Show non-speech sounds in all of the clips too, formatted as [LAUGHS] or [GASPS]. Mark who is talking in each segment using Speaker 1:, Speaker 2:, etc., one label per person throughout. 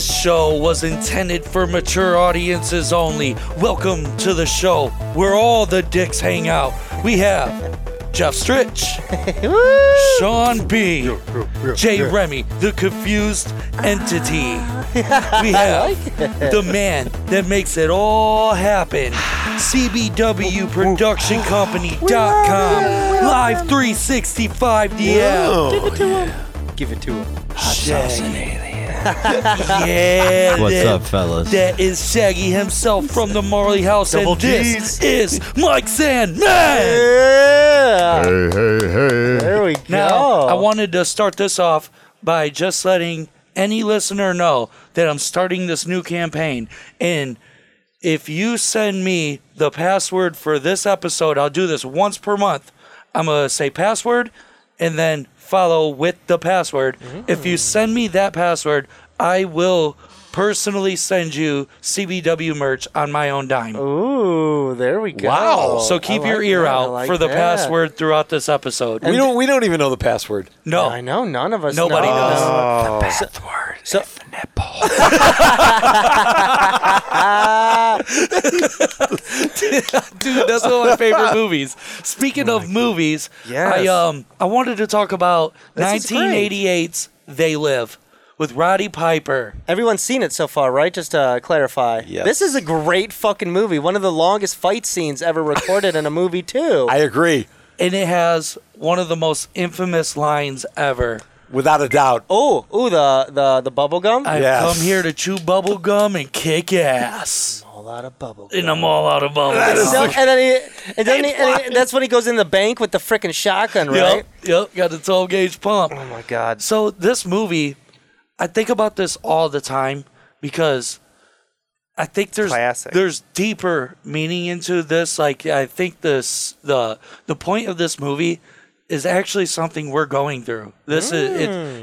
Speaker 1: show was intended for mature audiences only. Welcome to the show where all the dicks hang out. We have Jeff Stritch, Sean B, Jay Remy, the confused entity. We have the man that makes it all happen. CBWProductionCompany.com, Live 365 DL.
Speaker 2: Oh,
Speaker 3: Give it to him.
Speaker 1: [LAUGHS] Yeah,
Speaker 4: What's
Speaker 1: that-
Speaker 4: up, fellas?
Speaker 1: That is Shaggy himself from the Marley House,
Speaker 3: Double
Speaker 1: and this
Speaker 3: Gs.
Speaker 1: is Mike Sandman.
Speaker 2: hey,
Speaker 3: Yeah.
Speaker 2: hey, hey.
Speaker 3: There we go.
Speaker 1: Now, I wanted to start this off by just letting any listener know that I'm starting this new campaign. And if you send me the password for this episode, I'll do this once per month. I'm going to say password and then follow with the password. If you send me that password, I will personally send you CBW merch on my own dime.
Speaker 3: Ooh, there we go.
Speaker 1: So keep
Speaker 3: Oh, I
Speaker 1: your
Speaker 3: like
Speaker 1: ear
Speaker 3: that, I
Speaker 1: out
Speaker 3: like
Speaker 1: for the
Speaker 3: that.
Speaker 1: password throughout this episode.
Speaker 2: We don't. We don't even know the password.
Speaker 1: no.
Speaker 3: I know none of us.
Speaker 1: Nobody
Speaker 3: know.
Speaker 1: knows.
Speaker 2: Oh.
Speaker 4: So,
Speaker 1: Dude, that's one of my
Speaker 3: [LAUGHS]
Speaker 1: favorite movies. Speaking of movies,
Speaker 3: Yes.
Speaker 1: I um I wanted to talk about
Speaker 3: This is great.
Speaker 1: 1988's They Live with Roddy Piper.
Speaker 3: Everyone's seen it so far, right? Just to clarify.
Speaker 2: Yes.
Speaker 3: This is a great fucking movie. One of the longest fight scenes ever recorded in a movie, too.
Speaker 2: I agree,
Speaker 1: And it has one of the most infamous lines ever.
Speaker 2: without a doubt.
Speaker 3: oh, ooh, the the the bubble gum.
Speaker 1: I've
Speaker 2: Yes.
Speaker 1: come here to chew bubble gum and kick ass.
Speaker 3: a lot of bubble. Gum.
Speaker 1: And I'm all out of bubble gum.
Speaker 3: So- and then he, and then he, and he- that's when he goes in the bank with the freaking shotgun, right?
Speaker 1: Yep, yep, got the 12 gauge pump.
Speaker 3: Oh my god.
Speaker 1: So this movie, I think about this all the time because I think there's
Speaker 3: Classic.
Speaker 1: there's deeper meaning into this. Like I think this the the point of this movie is actually something we're going through. This
Speaker 3: Hmm.
Speaker 1: is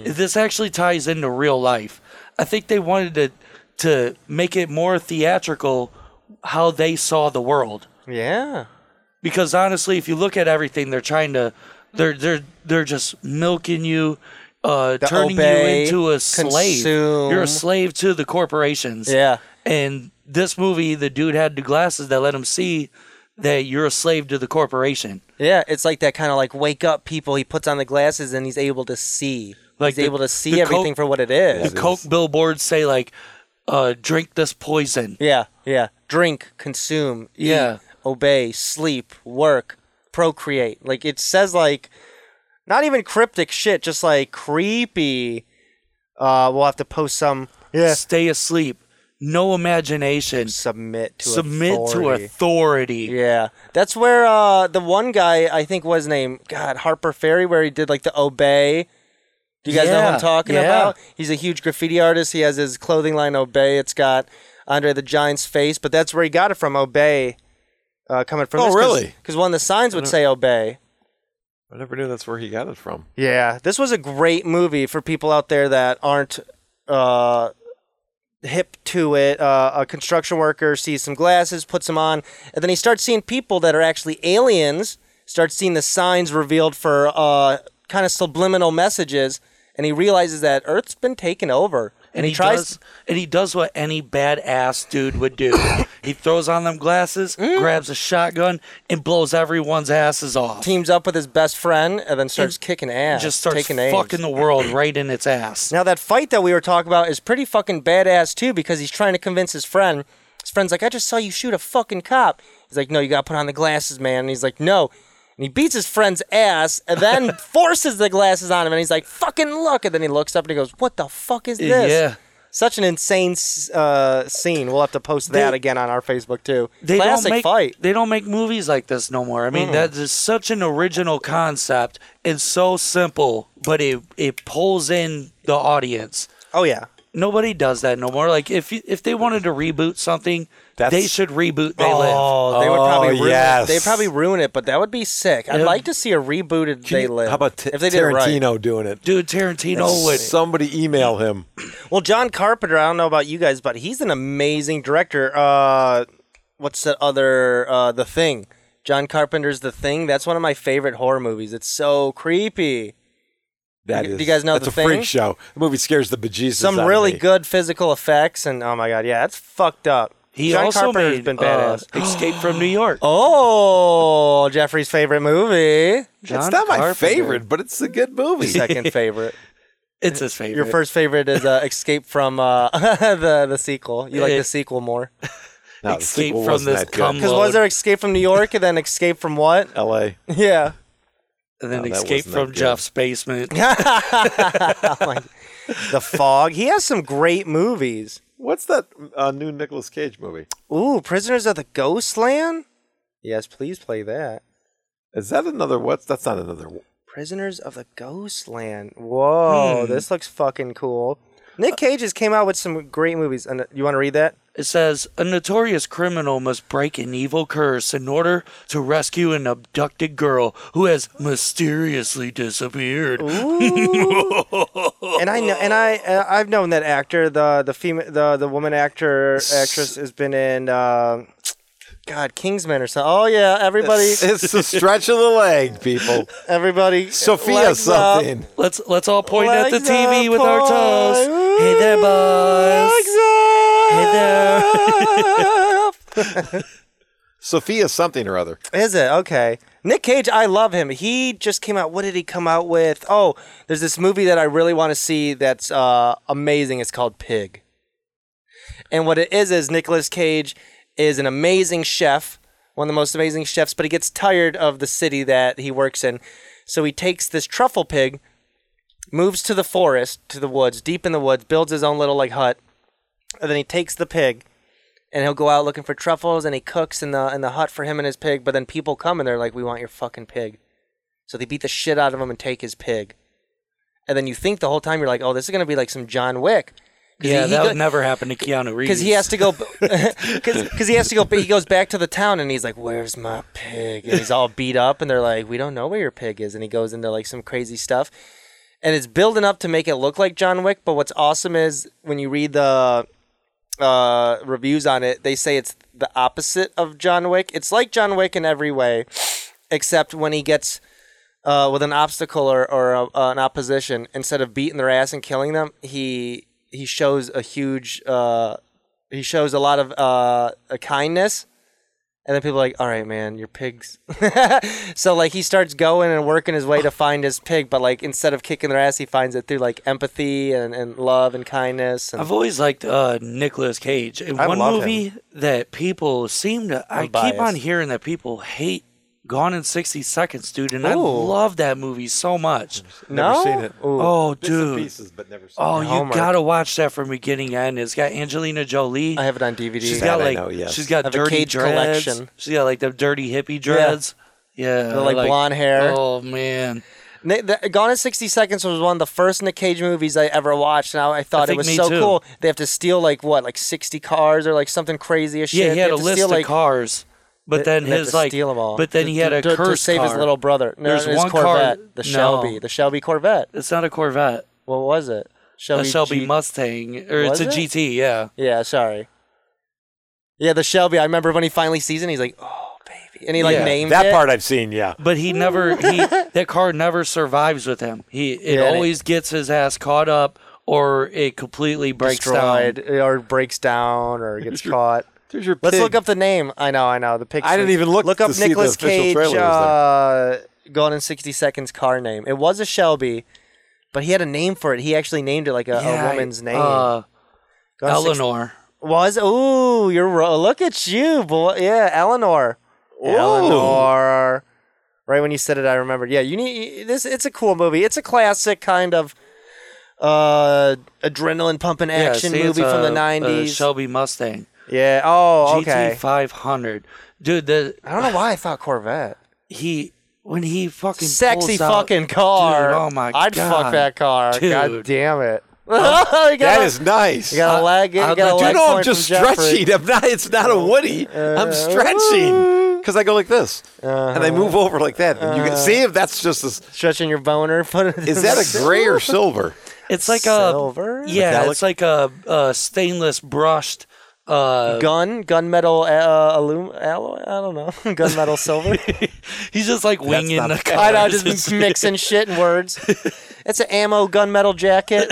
Speaker 1: it, this actually ties into real life. I think they wanted to to make it more theatrical how they saw the world
Speaker 3: Yeah.
Speaker 1: because honestly, if you look at everything, they're trying to, they're they're they're just milking you, uh,
Speaker 3: To
Speaker 1: turning
Speaker 3: obey,
Speaker 1: you into a slave.
Speaker 3: consume.
Speaker 1: You're a slave to the corporations.
Speaker 3: Yeah.
Speaker 1: And this movie, the dude had the glasses that let him see that you're a slave to the corporation.
Speaker 3: Yeah, it's like that kind of like wake up people. He puts on the glasses and he's able to see.
Speaker 1: Like
Speaker 3: he's
Speaker 1: the-
Speaker 3: able to see
Speaker 1: the
Speaker 3: everything
Speaker 1: Coke-
Speaker 3: for what it is.
Speaker 1: The Coke billboards say like, uh, "Drink this poison."
Speaker 3: Yeah, yeah. Drink, consume, eat,
Speaker 1: Yeah.
Speaker 3: obey, sleep, work, procreate. Like it says like not even cryptic shit, just like creepy. Uh we'll have to post some yeah.
Speaker 1: Stay asleep. No imagination.
Speaker 3: submit to
Speaker 1: Submit to
Speaker 3: authority.
Speaker 1: authority.
Speaker 3: Yeah, that's where uh, the one guy I think was named God Harper Ferry, where he did like the obey. Do you guys know who
Speaker 1: Yeah,
Speaker 3: I'm talking
Speaker 1: yeah.
Speaker 3: about? He's a huge graffiti artist. He has his clothing line Obey. It's got Andre the Giant's face, but that's where he got it from. Obey, uh, coming from
Speaker 2: Oh,
Speaker 3: this,
Speaker 2: really?
Speaker 3: Because one of the signs would say Obey.
Speaker 2: I never knew that's where he got it from.
Speaker 3: Yeah, this was a great movie for people out there that aren't uh, hip to it. Uh, a construction worker sees some glasses, puts them on, and then he starts seeing people that are actually aliens. Starts seeing the signs revealed for uh, kind of subliminal messages, and he realizes that Earth's been taken over. And, he, tries.
Speaker 1: does, and he does what any badass dude would do. he throws on them glasses,
Speaker 3: Mm.
Speaker 1: grabs a shotgun, and blows everyone's asses off.
Speaker 3: Teams up with his best friend and then starts kicking ass.
Speaker 1: Just starts
Speaker 3: taking names.
Speaker 1: fucking the world right in its ass.
Speaker 3: Now that fight that we were talking about is pretty fucking badass too because he's trying to convince his friend. His friend's like, "I just saw you shoot a fucking cop." He's like, "No, you got to put on the glasses, man." And he's like, "No." And he beats his friend's ass and then
Speaker 2: [LAUGHS]
Speaker 3: forces the glasses on him and he's like, "Fucking look." And then he looks up and he goes, "What the fuck is this?"
Speaker 1: Yeah.
Speaker 3: Such an insane s- uh, scene. We'll have to post that again on our Facebook too.
Speaker 1: They
Speaker 3: Classic
Speaker 1: don't make,
Speaker 3: fight. Mm.
Speaker 1: They don't make movies like this no more. I mean, that is such an original concept and so simple, but it it pulls in the audience.
Speaker 3: Oh yeah.
Speaker 1: Nobody does that no more. Like if you, if they wanted to reboot something, they
Speaker 2: That's-
Speaker 1: should reboot They Live.
Speaker 3: Oh, they would
Speaker 2: Oh,
Speaker 3: probably ruin
Speaker 2: yes.
Speaker 3: it. They'd probably ruin it, but that would be sick. I'd
Speaker 1: Yeah.
Speaker 3: like to see a rebooted They Live.
Speaker 2: How about T-
Speaker 3: if they did it right.
Speaker 2: Tarantino doing it?
Speaker 1: Dude, Tarantino would
Speaker 2: Somebody email him.
Speaker 3: Well, John Carpenter, I don't know about you guys, but he's an amazing director. Uh, what's that other uh, The Thing? John Carpenter's The Thing. That's one of my favorite horror movies. It's so creepy.
Speaker 2: That
Speaker 3: Do
Speaker 2: is.
Speaker 3: you guys know
Speaker 2: that's
Speaker 3: the
Speaker 2: a
Speaker 3: thing?
Speaker 2: freak show. The movie scares the bejesus.
Speaker 3: Some
Speaker 2: out of
Speaker 3: really
Speaker 2: me.
Speaker 3: good physical effects, and oh my god, yeah, that's fucked up.
Speaker 1: He
Speaker 3: John
Speaker 1: also
Speaker 3: Carpenter's
Speaker 1: made
Speaker 3: been
Speaker 1: uh,
Speaker 3: badass.
Speaker 1: Escape from
Speaker 3: [GASPS]
Speaker 1: New York.
Speaker 3: oh, Jeffrey's favorite
Speaker 1: [LAUGHS]
Speaker 3: movie,
Speaker 1: John
Speaker 2: it's not my
Speaker 1: Carpenter.
Speaker 2: favorite, but it's a good movie.
Speaker 3: second favorite.
Speaker 1: It's his favorite.
Speaker 3: Your first favorite is uh, Escape from uh, [LAUGHS] the the sequel. You
Speaker 1: [LAUGHS]
Speaker 3: like
Speaker 1: Eh.
Speaker 3: the sequel more
Speaker 2: No, the
Speaker 1: Escape
Speaker 2: sequel
Speaker 1: from
Speaker 2: wasn't
Speaker 1: this
Speaker 2: that good.
Speaker 1: cum
Speaker 3: because was there Escape from New York and then Escape from what? [LAUGHS]
Speaker 2: L.A.
Speaker 3: Yeah.
Speaker 1: and then
Speaker 2: No, Oh, that
Speaker 1: Escape
Speaker 2: wasn't that
Speaker 1: from
Speaker 2: good.
Speaker 1: Jeff's basement.
Speaker 3: [LAUGHS] Like, the Fog. He has some great movies.
Speaker 2: What's that uh, new Nicolas Cage movie?
Speaker 3: Ooh, Prisoners of the Ghostland. Yes, please play that.
Speaker 2: Is that another? What's that's not another.
Speaker 3: Prisoners of the Ghostland. Whoa,
Speaker 2: Hmm.
Speaker 3: this looks fucking cool. Nick Cage has came out with some great movies. And uh, you want to read that?
Speaker 1: It says a notorious criminal must break an evil curse in order to rescue an abducted girl who has mysteriously disappeared.
Speaker 3: And I know, and I, uh, I've known that actor. the the female, the the woman actor actress has been in, uh, God, Kingsman or something. Oh yeah,
Speaker 2: [LAUGHS]
Speaker 3: everybody,
Speaker 2: It's the stretch of the
Speaker 3: [LAUGHS]
Speaker 2: leg, people.
Speaker 3: everybody. uh,
Speaker 2: Sophia
Speaker 3: legs up.
Speaker 2: something.
Speaker 1: [LAUGHS] Let's let's all point at the
Speaker 3: Legs
Speaker 1: TV
Speaker 3: up
Speaker 1: with our
Speaker 3: high.
Speaker 1: toes.
Speaker 3: Ooh,
Speaker 1: Hey there, boys.
Speaker 3: uh,
Speaker 1: Hey there.
Speaker 2: Sophia something or other.
Speaker 3: Is it okay? Nick Cage, I love him. He just came out. What did he come out with? Oh, there's this movie that I really want to see. That's uh, amazing. It's called Pig. And what it is is Nicolas Cage is an amazing chef, one of the most amazing chefs, but he gets tired of the city that he works in. So he takes this truffle pig, moves to the forest, to the woods, deep in the woods, builds his own little like hut, and then he takes the pig and he'll go out looking for truffles and he cooks in the in the hut for him and his pig, but then people come and they're like, We want your fucking pig. So they beat the shit out of him and take his pig. And then you think the whole time you're like, Oh, this is gonna be like some John Wick.
Speaker 1: Yeah,
Speaker 3: he
Speaker 1: that
Speaker 3: go-
Speaker 1: would never happen to
Speaker 3: [LAUGHS]
Speaker 1: Keanu Reeves.
Speaker 3: because he has to go because he has to go but he goes back to the town and he's like where's my pig and he's all beat up and they're like we don't know where your pig is and he goes into like some crazy stuff and it's building up to make it look like john wick but what's awesome is when you read the uh, reviews on it they say it's the opposite of john wick it's like john wick in every way except when he gets uh, with an obstacle or, or a, an opposition instead of beating their ass and killing them he he shows a huge uh, he shows a lot of uh, a kindness and then people are like all right man your pigs [LAUGHS] so like he starts going and working his way to find his pig but like instead of kicking their ass he finds it through like empathy and, and love and kindness and
Speaker 1: I've always liked uh, Nicolas Cage. And
Speaker 3: I
Speaker 1: one
Speaker 3: love
Speaker 1: movie that people seem to, i
Speaker 3: I'm
Speaker 1: keep on
Speaker 3: biased.
Speaker 1: hearing that people hate Gone in 60 Seconds, dude. And I
Speaker 3: Ooh.
Speaker 1: love that movie so much.
Speaker 3: no
Speaker 2: Never seen it.
Speaker 3: Ooh.
Speaker 1: Oh,
Speaker 2: Bits and
Speaker 1: dude.
Speaker 2: pieces, but never seen
Speaker 1: Oh,
Speaker 2: it.
Speaker 1: you
Speaker 3: Homework.
Speaker 1: gotta watch that from beginning to end. It's got Angelina Jolie.
Speaker 3: i have it on dvd
Speaker 1: She's
Speaker 2: That
Speaker 1: got
Speaker 2: I
Speaker 1: like
Speaker 2: know, yes.
Speaker 1: she's got
Speaker 3: I have a
Speaker 1: dirty
Speaker 3: Cage
Speaker 1: dreads.
Speaker 3: collection.
Speaker 1: She's got like the dirty hippie dreads. Yeah,
Speaker 3: The, like, blonde hair.
Speaker 1: Oh man,
Speaker 3: Ni- the, Gone in 60 Seconds was one of the first Nick Cage movies I ever watched, and I, I
Speaker 1: I
Speaker 3: thought it
Speaker 1: think
Speaker 3: was
Speaker 1: me
Speaker 3: so
Speaker 1: too.
Speaker 3: cool. They have to steal, like, what, like 60 cars or, like, something crazy as shit.
Speaker 1: yeah, he
Speaker 3: They
Speaker 1: had a
Speaker 3: have to
Speaker 1: list
Speaker 3: steal,
Speaker 1: of
Speaker 3: like,
Speaker 1: cars, but
Speaker 3: they-
Speaker 1: then
Speaker 3: they have
Speaker 1: his
Speaker 3: to
Speaker 1: like,
Speaker 3: steal 'em all.
Speaker 1: but then
Speaker 3: to,
Speaker 1: he had
Speaker 3: to,
Speaker 1: a
Speaker 3: to,
Speaker 1: curse
Speaker 3: to save his
Speaker 1: car.
Speaker 3: little brother. No,
Speaker 1: There's
Speaker 3: his
Speaker 1: one car-
Speaker 3: Corvette, the
Speaker 1: no.
Speaker 3: Shelby, the Shelby Corvette.
Speaker 1: It's not a Corvette,
Speaker 3: What was it? Shelby.
Speaker 1: a Shelby
Speaker 3: G-
Speaker 1: Mustang, or
Speaker 3: Was
Speaker 1: it's a
Speaker 3: it?
Speaker 1: GT. Yeah,
Speaker 3: Yeah, sorry. Yeah, the Shelby. I remember when he finally sees it, and he's like, "Oh, baby," and he like
Speaker 1: Yeah,
Speaker 3: named
Speaker 2: that
Speaker 3: it.
Speaker 2: part I've seen. Yeah,
Speaker 1: but he never
Speaker 3: [LAUGHS]
Speaker 1: he that car never survives with him. He it
Speaker 3: Yeah, and it-
Speaker 1: always gets his ass caught up, or it completely breaks
Speaker 3: destroyed
Speaker 1: down.
Speaker 3: or breaks down or gets
Speaker 2: [LAUGHS]
Speaker 3: caught.
Speaker 2: there's your.
Speaker 3: Let's
Speaker 2: pig.
Speaker 3: look up the name. I know, I know. The picture.
Speaker 2: I didn't even look
Speaker 3: Look
Speaker 2: to
Speaker 3: up
Speaker 2: see the
Speaker 3: Nicholas
Speaker 2: official
Speaker 3: Cage.
Speaker 2: trailer was there.
Speaker 3: Uh, Gone in sixty seconds. Car name. It was a Shelby, but he had a name for it. He actually named it like a,
Speaker 1: Yeah,
Speaker 3: a woman's name.
Speaker 1: Uh,
Speaker 3: Gone in 60
Speaker 1: Eleanor.
Speaker 3: was. Ooh, you're. ro- Look at you, boy. Yeah, Eleanor. Eleanor. Right when you said it, I remembered. Yeah, you need this. It's a cool movie. It's a classic kind of uh adrenaline pumping
Speaker 1: Yeah,
Speaker 3: action
Speaker 1: see, it's
Speaker 3: movie from
Speaker 1: a- a
Speaker 3: the nineties.
Speaker 1: Shelby Mustang.
Speaker 3: yeah. Oh,
Speaker 1: GT
Speaker 3: okay.
Speaker 1: 500. Dude, the
Speaker 3: I don't know why I thought Corvette.
Speaker 1: he when he fucking
Speaker 3: Sexy
Speaker 1: pulls out-
Speaker 3: fucking car.
Speaker 1: Dude, oh my
Speaker 3: I'd
Speaker 1: god.
Speaker 3: fuck that car.
Speaker 1: Dude.
Speaker 3: God damn it. you got
Speaker 2: That
Speaker 3: a-
Speaker 2: is nice.
Speaker 3: You got a leg. You
Speaker 1: I'd
Speaker 3: got a
Speaker 2: [LAUGHS]
Speaker 1: like
Speaker 2: you
Speaker 3: leg
Speaker 2: know, I'm
Speaker 3: point
Speaker 2: just
Speaker 3: from Jeffrey.
Speaker 2: stretching. I'm not. It's not a Woody. I'm [LAUGHS] stretching because I go like this, and I move over like that. And you can see if that's just. As,
Speaker 3: Stretching your boner. [LAUGHS] Put it
Speaker 2: is that a gray or silver?
Speaker 1: It's like a
Speaker 3: silver?
Speaker 1: Yeah,
Speaker 2: Metallic?
Speaker 1: it's like a, a stainless brushed Uh,
Speaker 3: Gun, gunmetal, uh, alum, alloy. I don't know, [LAUGHS] gunmetal silver.
Speaker 1: he's just like winging
Speaker 2: not-
Speaker 1: the cars.
Speaker 3: I
Speaker 1: [LAUGHS]
Speaker 3: know, just mixing shit and words. It's an ammo gunmetal jacket. [LAUGHS]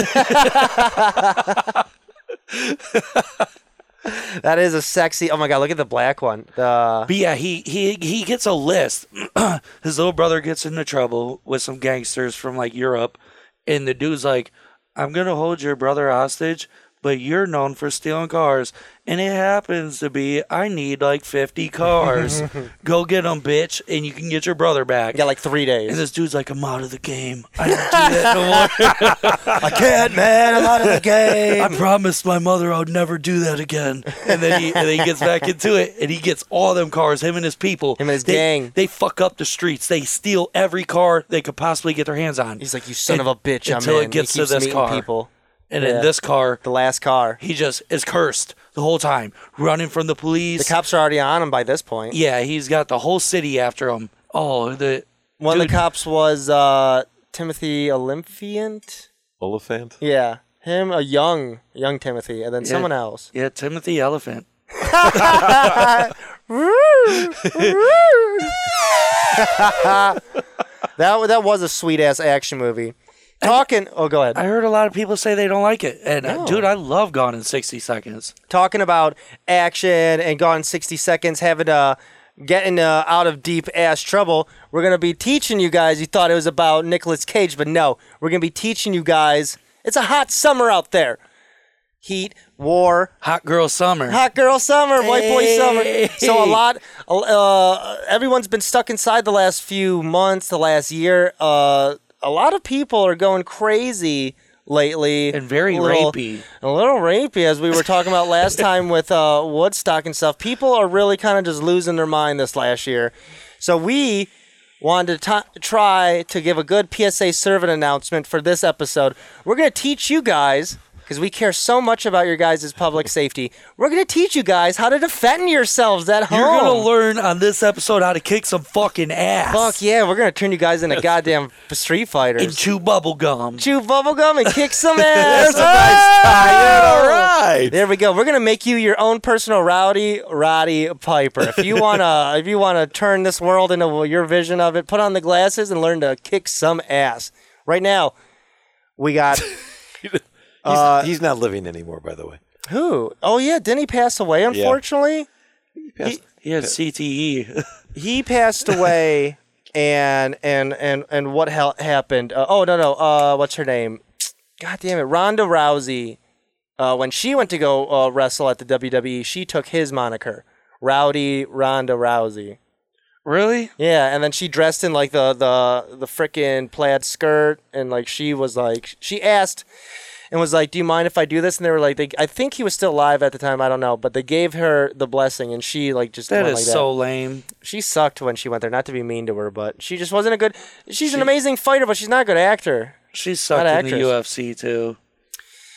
Speaker 3: that is a sexy. Oh my god, look at the black one. The
Speaker 1: But yeah, he he he gets a list. [CLEARS THROAT] His little brother gets into trouble with some gangsters from like Europe, and the dude's like, "I'm gonna hold your brother hostage, but you're known for stealing cars, and it happens to be I need like 50 cars. Go get them, bitch, and you can get your brother back."
Speaker 3: you got like three
Speaker 1: And
Speaker 3: days.
Speaker 1: this dude's like, "I'm out of the game. I don't do that no more.
Speaker 3: I can't, man. I'm out of the [LAUGHS] game.
Speaker 1: I promised my mother I would never do that again." And then he and then he gets back into it, and he gets all them cars. Him and his people.
Speaker 3: Him and his
Speaker 1: They-
Speaker 3: gang.
Speaker 1: They fuck up the streets. They steal every car they could possibly get their hands on.
Speaker 3: He's like, you son
Speaker 1: And-
Speaker 3: of a bitch. I'm
Speaker 1: until
Speaker 3: in.
Speaker 1: it gets
Speaker 3: he
Speaker 1: to
Speaker 3: keeps
Speaker 1: this
Speaker 3: meeting
Speaker 1: car.
Speaker 3: people.
Speaker 1: and
Speaker 3: yeah.
Speaker 1: in this car,
Speaker 3: The last car.
Speaker 1: he just is cursed the whole time, running from the
Speaker 3: The
Speaker 1: police.
Speaker 3: cops are already on him by this point.
Speaker 1: yeah, he's got the whole city after him. Oh, the
Speaker 3: One of
Speaker 1: Dude.
Speaker 3: the cops was uh, Timothy Olymphiant.
Speaker 2: Oliphant.
Speaker 3: Yeah, him, a young, young Timothy, and then someone else.
Speaker 1: yeah Timothy Elephant.
Speaker 3: That wa- that was a sweet ass action movie. Talking, oh, go ahead.
Speaker 1: I heard a lot of people say they don't like it, and uh, dude, I love Gone in sixty seconds.
Speaker 3: Talking about action and gone sixty seconds, having uh getting uh, out of deep ass trouble. We're gonna be teaching you guys. You thought it was about Nicolas Cage, but no, we're gonna be teaching you guys. It's a hot summer out there. Heat, war,
Speaker 1: Hot Girl Summer.
Speaker 3: hot girl summer, white boy summer. So a lot, uh, everyone's been stuck inside the last few months, the last year. Uh, a lot of people are going crazy lately
Speaker 1: And very
Speaker 3: A little-
Speaker 1: rapey.
Speaker 3: a little rapey as we were talking
Speaker 1: [LAUGHS]
Speaker 3: about last time with uh, woodstock and stuff people are really kind of just losing their mind this last year so we wanted to t- try to give a good psa servant announcement for this episode we're going to teach you guys because we care so much about your guys' public safety we're going to teach you guys how to defend yourselves at home
Speaker 1: You're gonna learn on this episode how to kick some fucking ass.
Speaker 3: fuck yeah we're going to turn you guys into goddamn street
Speaker 1: [LAUGHS]
Speaker 3: fighters
Speaker 1: And chew bubble gum.
Speaker 3: chew bubblegum and
Speaker 1: [LAUGHS]
Speaker 3: kick some ass
Speaker 2: All right.
Speaker 3: There we go. We're gonna make you your own personal rowdy Roddy Piper. If you wanna, if you wanna turn this world into your vision of it, put on the glasses and learn to kick some ass. Right now, we got
Speaker 2: He's, he's not living anymore, by the way.
Speaker 3: who? Oh yeah, didn't he pass away? Unfortunately,
Speaker 1: He had CTE.
Speaker 3: he passed away. And and and and what hell happened? Uh, oh no no. Uh, what's her name? God damn it, Ronda Rousey. Uh, when she went to go uh, wrestle at the WWE, she took his moniker, Rowdy Ronda Rousey.
Speaker 1: really?
Speaker 3: Yeah, and then she dressed in like the the the frickin' plaid skirt, and like she was like she asked and was like, "Do you mind if I do this?" And they were like, they, "I think he was still alive at the time. I don't know." But they gave her the blessing, and she like just
Speaker 1: That
Speaker 3: went
Speaker 1: is
Speaker 3: like
Speaker 1: so lame.
Speaker 3: that. She sucked when she went there. Not to be mean to her, but she just wasn't a good. She's an amazing fighter, but she's not a good actor.
Speaker 1: She sucked
Speaker 3: Not
Speaker 1: in the
Speaker 3: actress.
Speaker 1: UFC too.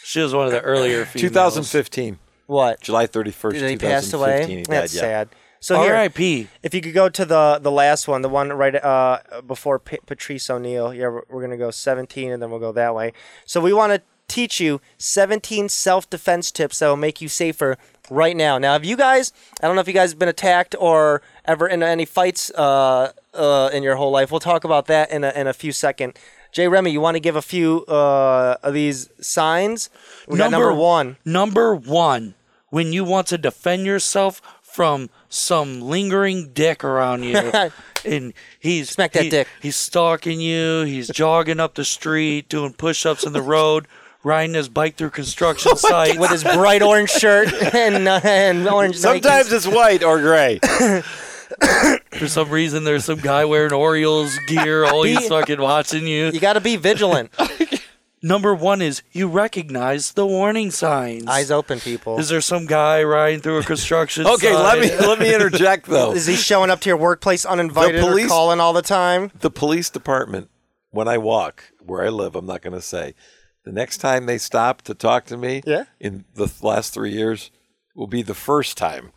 Speaker 1: She was one of the earlier females.
Speaker 2: 2015,
Speaker 3: What?
Speaker 2: July 31st,
Speaker 3: Did he
Speaker 2: 2015.
Speaker 3: pass away?
Speaker 2: He died,
Speaker 3: That's
Speaker 2: yeah.
Speaker 3: sad. So here,
Speaker 1: R.I.P.
Speaker 3: if you could go to the the last one, the one right uh, before P- Patrice O'Neill. Yeah, we're, we're gonna go 17, and then we'll go that way. So we want to teach you 17 self defense tips that will make you safer right now. Now, have you guys? I don't know if you guys have been attacked or ever in any fights uh, uh, in your whole life. We'll talk about that in a, in a few second. Jay Remy, you want to give a few uh, of these signs? We got number one.
Speaker 1: Number one, when you want to defend yourself from some lingering dick around you,
Speaker 3: [LAUGHS]
Speaker 1: and he's
Speaker 3: Smack that
Speaker 1: he-
Speaker 3: dick.
Speaker 1: He's stalking you. He's jogging up the street, doing push-ups in the road, riding his bike through
Speaker 3: [LAUGHS]
Speaker 1: construction
Speaker 3: Oh
Speaker 1: sites.
Speaker 3: With his bright orange shirt [LAUGHS] and, uh, and orange. Nikes.
Speaker 2: Sometimes it's white or gray.
Speaker 1: For some reason, there's some guy wearing Orioles gear,
Speaker 2: [LAUGHS]
Speaker 1: always fucking watching you.
Speaker 3: you got to be vigilant.
Speaker 1: Number one is you recognize the warning signs.
Speaker 3: Eyes open, people.
Speaker 1: Is there some guy riding through a
Speaker 2: [LAUGHS]
Speaker 1: construction?
Speaker 2: Okay, let
Speaker 1: site?
Speaker 2: [LAUGHS]
Speaker 1: [LAUGHS]
Speaker 2: me let me interject though.
Speaker 3: Is he showing up to your workplace uninvited
Speaker 2: The police-
Speaker 3: or calling all the time?
Speaker 2: the police department, when I walk where I live, I'm not going to say. The next time they stop to talk to me,
Speaker 3: Yeah.
Speaker 2: in the th- last three years, will be the first time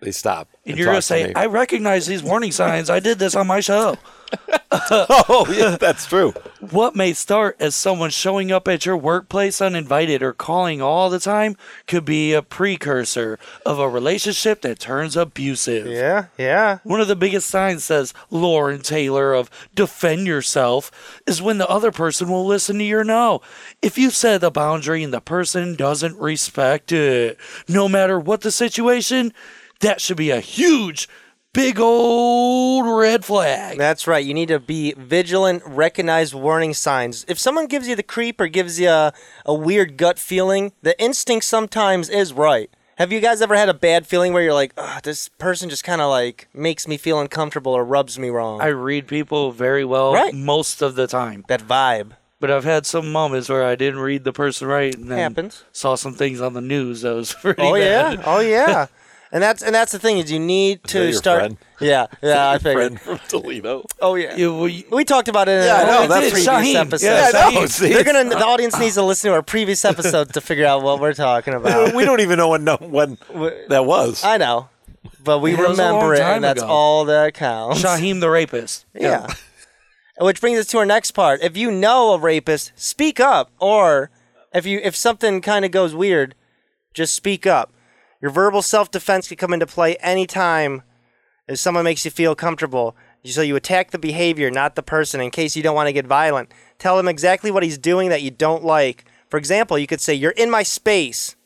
Speaker 2: They stop.
Speaker 1: And you're gonna
Speaker 2: talk to
Speaker 1: say,
Speaker 2: me.
Speaker 1: "I recognize these warning signs. I did this on my show."
Speaker 2: [LAUGHS] "Oh, yeah, that's [LAUGHS] true."
Speaker 1: What may start as someone showing up at your workplace uninvited or calling all the time could be a precursor of a relationship that turns abusive.
Speaker 3: Yeah, yeah.
Speaker 1: One of the biggest signs says Lauren Taylor of defend yourself is when the other person will listen to your no. If you set a boundary and the person doesn't respect it, no matter what the situation, that should be a huge, big old red flag.
Speaker 3: That's right. You need to be vigilant, recognize warning signs. If someone gives you the creep or gives you a, a weird gut feeling, the instinct sometimes is right. Have you guys ever had a bad feeling where you're like, Ugh, this person just kind of like makes me feel uncomfortable or rubs me wrong?
Speaker 1: I read people very well
Speaker 3: Right.
Speaker 1: most of the time,
Speaker 3: that vibe.
Speaker 1: but I've had some moments where I didn't read the person right and then
Speaker 3: Happens.
Speaker 1: saw some things on the news that was [LAUGHS] pretty
Speaker 3: Oh
Speaker 1: bad.
Speaker 3: yeah, oh yeah. [LAUGHS] And that's and that's the thing is you need
Speaker 2: that
Speaker 3: to
Speaker 2: your
Speaker 3: start.
Speaker 2: friend?
Speaker 3: Yeah, yeah. I figured.
Speaker 2: Friend from Toledo.
Speaker 3: Oh yeah.
Speaker 1: You- we-
Speaker 3: we talked about it in
Speaker 2: Yeah, I
Speaker 3: our
Speaker 2: know,
Speaker 3: previous
Speaker 2: that's-
Speaker 3: previous
Speaker 1: Shaheen.
Speaker 3: episode.
Speaker 1: Yeah,
Speaker 2: I know, see,
Speaker 3: They're
Speaker 2: it's
Speaker 3: gonna. The audience needs to listen to our previous episode to figure out what we're talking
Speaker 2: [LAUGHS]
Speaker 3: about.
Speaker 2: we don't even know when when that was.
Speaker 3: I know, but we
Speaker 1: It was a long
Speaker 3: remember it,
Speaker 1: time
Speaker 3: and that's
Speaker 1: ago.
Speaker 3: all that counts.
Speaker 1: Shaheem the rapist.
Speaker 3: Yeah. Which brings us to our next part. If you know a rapist, speak up. Or if you if something kind of goes weird, just speak up. Your verbal self defense could come into play anytime if someone makes you feel comfortable. So you attack the behavior, not the person, in case you don't want to get violent. Tell him exactly what he's doing that you don't like. For example, you could say, You're in my space.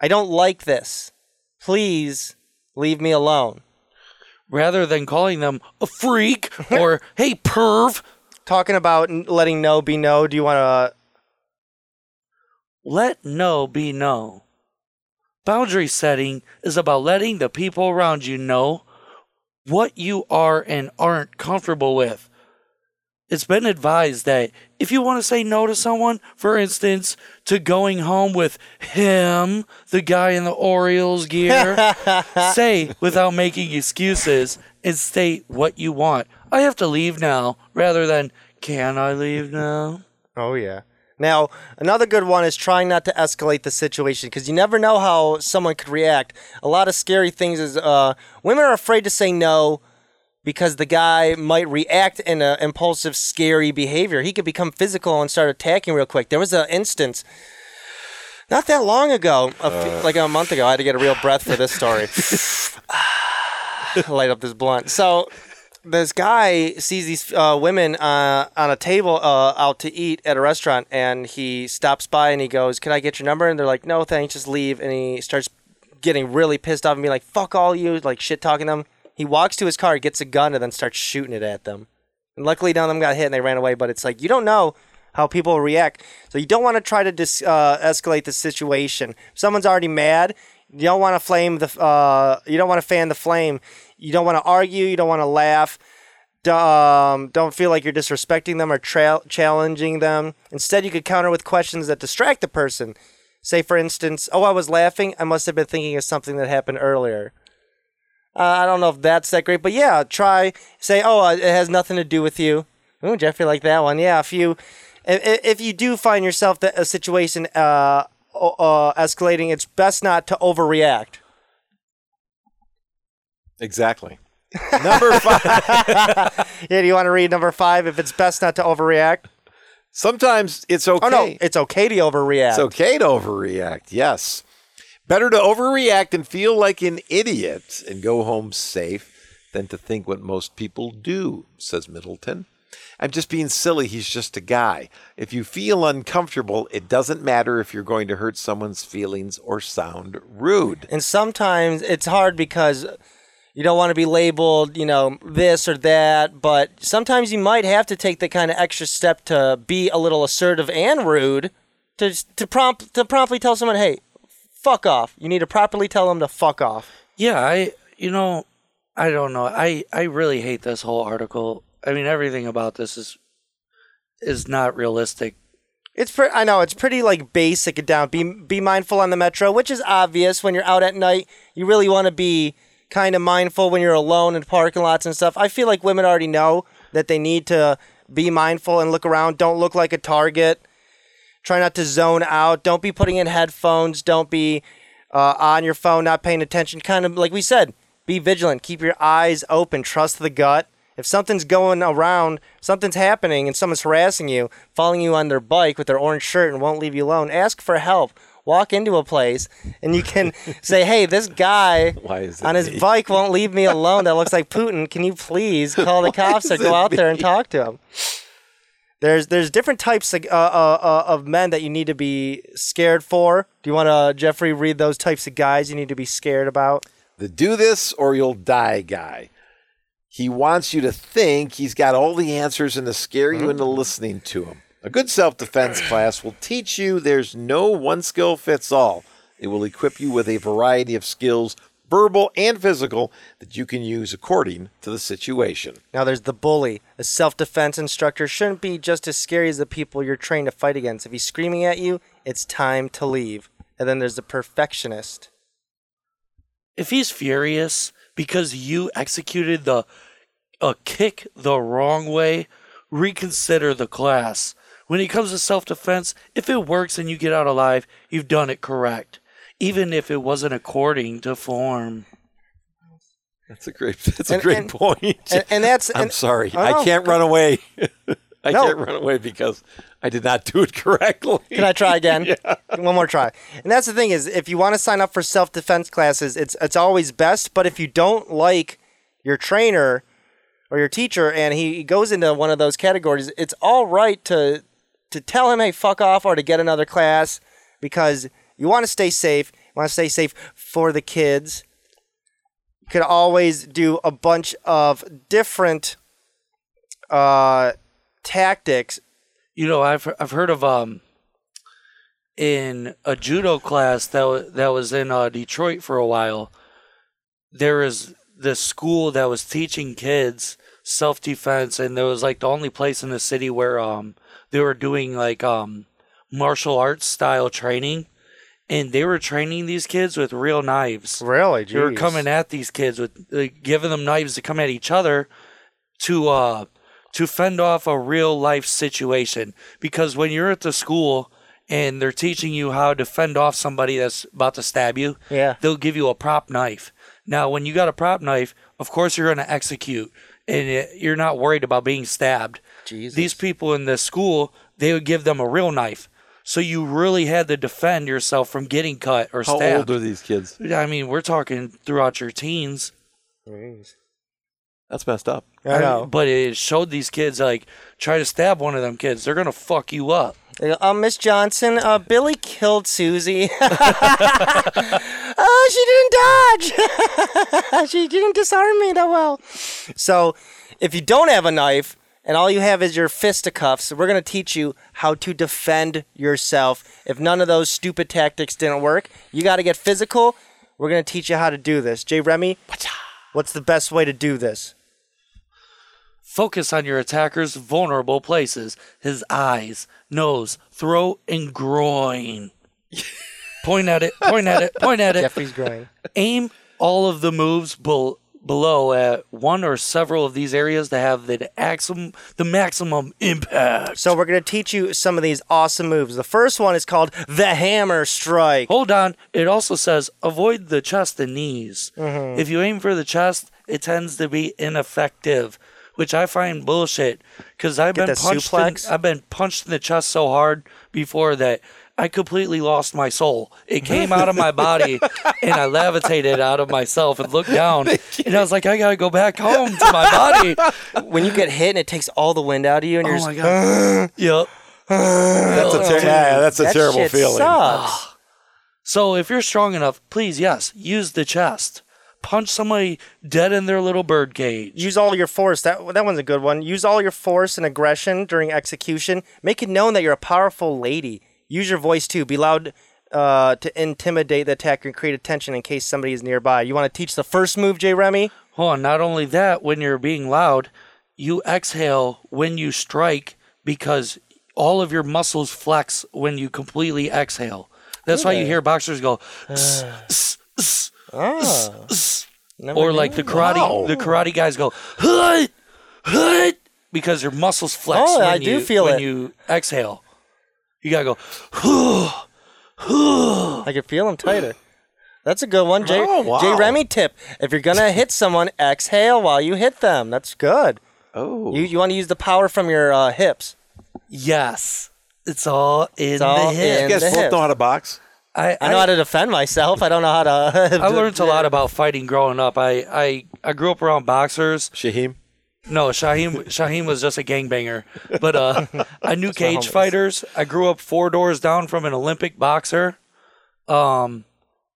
Speaker 3: I don't like this. Please leave me alone.
Speaker 1: rather than calling them a freak or hey perv
Speaker 3: Talking about n- letting no be no, do you want to
Speaker 1: let no be no boundary setting is about letting the people around you know what you are and aren't comfortable with it's been advised that if you want to say no to someone for instance to going home with him the guy in the orioles gear say without making excuses and state what you want. I have to leave now rather than can I leave now?
Speaker 3: Oh yeah. Now another good one is trying not to escalate the situation because you never know how someone could react. A lot of scary things is uh, women are afraid to say no because the guy might react in an impulsive, scary behavior. He could become physical and start attacking real quick. There was an instance. Not that long ago, a f- like a month ago, I had to get a real breath for this story. [SIGHS] light up this blunt. So this guy sees these uh, women uh, on a table uh, out to eat at a restaurant, and he stops by and he goes, "Can I get your number?" And they're like, "No, thanks, just leave." And he starts getting really pissed off and being like, "Fuck all you!" Like shit talking them. He walks to his car, gets a gun, and then starts shooting it at them. And luckily, none of them got hit and they ran away. But it's like you don't know how people react, so you don't want to try to dis- uh, escalate the situation. If someone's already mad. You don't want to flame the. Uh, you don't want to fan the flame. You don't want to argue. You don't want to laugh. D- Um, don't feel like you're disrespecting them or tra- challenging them. Instead, you could counter with questions that distract the person. Say, for instance, "Oh, I was laughing. I must have been thinking of something that happened earlier." Uh, I don't know if that's that great, but yeah, try say, "Oh, uh, it has nothing to do with you." Ooh, Jeffrey, like that one. Yeah, if you i- i- if you do find yourself that a situation uh, o- uh, escalating, it's best not to overreact. [LAUGHS]
Speaker 2: Exactly. Number five.
Speaker 3: Yeah, do you want to read number five? If it's best not to overreact.
Speaker 2: Sometimes it's okay.
Speaker 3: Oh no, it's okay to overreact.
Speaker 2: It's okay to overreact. Yes. Better to overreact and feel like an idiot and go home safe than to think what most people do, says Middleton. I'm just being silly. He's just a guy. If you feel uncomfortable, it doesn't matter if you're going to hurt someone's feelings or sound rude.
Speaker 3: And sometimes it's hard because you don't want to be labeled, you know, this or that, but sometimes you might have to take the kind of extra step to be a little assertive and rude to to prompt to promptly tell someone, "Hey, fuck off." You need to properly tell them to fuck off.
Speaker 1: Yeah, I you know, I don't know. I I really hate this whole article. I mean everything about this is is not realistic.
Speaker 3: It's pre- I know it's pretty like basic and down. Be be mindful on the metro, which is obvious when you're out at night. You really want to be kind of mindful when you're alone in parking lots and stuff. I feel like women already know that they need to be mindful and look around. Don't look like a target. Try not to zone out. Don't be putting in headphones. Don't be uh, on your phone, not paying attention. Kind of like we said, be vigilant, keep your eyes open, trust the gut. If something's going around, something's happening, and someone's harassing you, following you on their bike with their orange shirt and won't leave you alone, ask for help. Walk into a place and you can
Speaker 2: [LAUGHS]
Speaker 3: say, "Hey, this guy
Speaker 2: Why is it
Speaker 3: on his
Speaker 2: me?
Speaker 3: bike won't leave me alone. That looks like Putin. Can you please call the cops or
Speaker 2: it
Speaker 3: go out there and talk to him?" There's there's different types of, uh, uh, uh, of men that you need to be scared for. Do you want to Jeffrey read those types of guys you need to be scared about?
Speaker 2: the do this or you'll die guy. He wants you to think he's got all the answers and to scare you into
Speaker 3: Mm-hmm.
Speaker 2: listening to him. A good
Speaker 3: [CLEARS THROAT]
Speaker 2: self defense class will teach you there's no one skill fits all. It will equip you with a variety of skills, verbal and physical, that you can use according to the situation.
Speaker 3: Now there's the bully. A self-defense instructor shouldn't be just as scary as the people you're trained to fight against. If he's screaming at you, it's time to leave. And then there's the perfectionist.
Speaker 1: if he's furious because you executed the a kick the wrong way, reconsider the class. When it comes to self-defense, if it works and you get out alive, you've done it correct, even if it wasn't according to form.
Speaker 2: That's a great. [LAUGHS] That's a
Speaker 3: And-
Speaker 2: great
Speaker 3: and-
Speaker 2: point.
Speaker 3: and- and that's-
Speaker 2: [LAUGHS] I'm
Speaker 3: and-
Speaker 2: sorry.
Speaker 3: Oh,
Speaker 2: I
Speaker 3: no.
Speaker 2: can't run away. [LAUGHS] I
Speaker 3: No.
Speaker 2: can't run away because I did not do it [LAUGHS] correctly.
Speaker 3: Can I [LAUGHS] try again? One more try. And that's the thing is, if you want to sign up for self defense classes, it's it's always best. But if you don't like your trainer or your teacher, and he goes into one of those categories, it's all right to to tell him, hey, fuck off, or to get another class because you want to stay safe. You want to stay safe for the kids. You could always do a bunch of different uh, tactics
Speaker 1: You know, I've I've heard of um in a judo class that wa- that was in uh, Detroit for a while. There was this school that was teaching kids self defense, and there was like the only place in the city where um they were doing like um martial arts style training, and they were training these kids with real knives.
Speaker 3: Really?
Speaker 1: They were
Speaker 3: Jeez.
Speaker 1: coming at these kids with like, giving them knives to come at each other to uh to fend off a real life situation because when you're at the school and they're teaching you how to fend off somebody that's about to stab you
Speaker 3: Yeah.
Speaker 1: they'll give you a prop knife now when you got a prop knife of course you're going to execute and it, you're not worried about being stabbed
Speaker 3: Jesus.
Speaker 1: these people in the school they would give them a real knife so you really had to defend yourself from getting cut or
Speaker 2: How
Speaker 1: stabbed
Speaker 2: old are these kids?
Speaker 1: I mean, we're talking throughout your teens.
Speaker 2: That's messed up.
Speaker 3: I know.
Speaker 1: But it showed these kids like try to stab one of them kids, they're gonna fuck you up.
Speaker 3: They go, Uh, Miss Johnson, uh, Billy killed Susie. [LAUGHS] oh, she didn't dodge. [LAUGHS] she didn't disarm me that well. So, if you don't have a knife and all you have is your fisticuffs, we're going to teach you how to defend yourself. If none of those stupid tactics didn't work, you got to get physical. We're going to teach you how to do this. Jay Remy, what's the best way to do this?
Speaker 1: Focus on your attacker's vulnerable places his eyes, nose, throat, and
Speaker 3: [LAUGHS]
Speaker 1: groin. point at it, point at it, point at it.
Speaker 3: Jeffrey's growing.
Speaker 1: Aim all of the moves bel- below at one or several of these areas to have the, maximum, the maximum impact.
Speaker 3: So we're going to teach you some of these awesome moves. The first one is called the hammer strike.
Speaker 1: Hold on. It also says avoid the chest and knees.
Speaker 3: Mm-hmm.
Speaker 1: If you aim for the chest, it tends to be ineffective, which I find bullshit because I've
Speaker 3: Get
Speaker 1: been
Speaker 3: the
Speaker 1: punched.
Speaker 3: suplex?
Speaker 1: In, I've been punched in the chest so hard before that I completely lost my soul. It came out of my
Speaker 3: [LAUGHS]
Speaker 1: body, and I levitated out of myself and looked down, and I was like, I gotta go back home to
Speaker 3: [LAUGHS]
Speaker 1: my body.
Speaker 2: Oh.
Speaker 3: When you get hit and it takes all the wind out of you and you're
Speaker 1: Oh
Speaker 3: just, Oh.
Speaker 1: my god.
Speaker 3: [GASPS]
Speaker 1: yep.
Speaker 2: That's a ter- yeah, that's a
Speaker 3: that
Speaker 2: terrible
Speaker 3: shit
Speaker 2: feeling. Ah.
Speaker 3: sucks.
Speaker 1: So if you're strong enough, please, yes, use the chest. Punch somebody dead in their little bird cage.
Speaker 3: Use all your force. That that one's a good one. Use all your force and aggression during execution. Make it known that you're a powerful lady. Use your voice too. Be loud uh, to intimidate the attacker and create attention in case somebody is nearby. You want to teach the first move, Jay Remy?
Speaker 1: Hold on. Not only that, when you're being loud, you exhale when you strike because all of your muscles flex when you completely exhale. That's why you hear boxers
Speaker 3: [SIGHS]
Speaker 1: go, "Tss, tss, tss, tss, tss."
Speaker 3: Ah. Never
Speaker 1: or
Speaker 3: knew
Speaker 1: like the karate, the karate guys go, "Hut, hut," because your muscles flex.
Speaker 3: Oh,
Speaker 1: when
Speaker 3: I do
Speaker 1: you,
Speaker 3: feel
Speaker 1: when
Speaker 3: it.
Speaker 1: you exhale. You gotta go, "Huh, huh."
Speaker 3: I can feel him tighter. That's a good one, Jay.
Speaker 2: Oh, wow.
Speaker 3: Jay Remy tip: If you're gonna hit someone, exhale while you hit them. That's good.
Speaker 2: Oh,
Speaker 3: You you want to use the power from your uh, hips.
Speaker 1: Yes. It's all in
Speaker 3: all
Speaker 1: the head.
Speaker 3: in.
Speaker 2: you guys
Speaker 3: the
Speaker 2: both
Speaker 3: hip.
Speaker 2: know how to box.
Speaker 1: I,
Speaker 3: I know how to defend myself. I don't know how to.
Speaker 1: I learned a lot about fighting growing up. I, I, I grew up around boxers.
Speaker 2: Shaheem.
Speaker 1: No, Shaheem Shaheem was just a gangbanger. But
Speaker 3: [LAUGHS]
Speaker 1: uh, I knew cage
Speaker 3: homies.
Speaker 1: fighters. I grew up four doors down from an Olympic boxer. Um,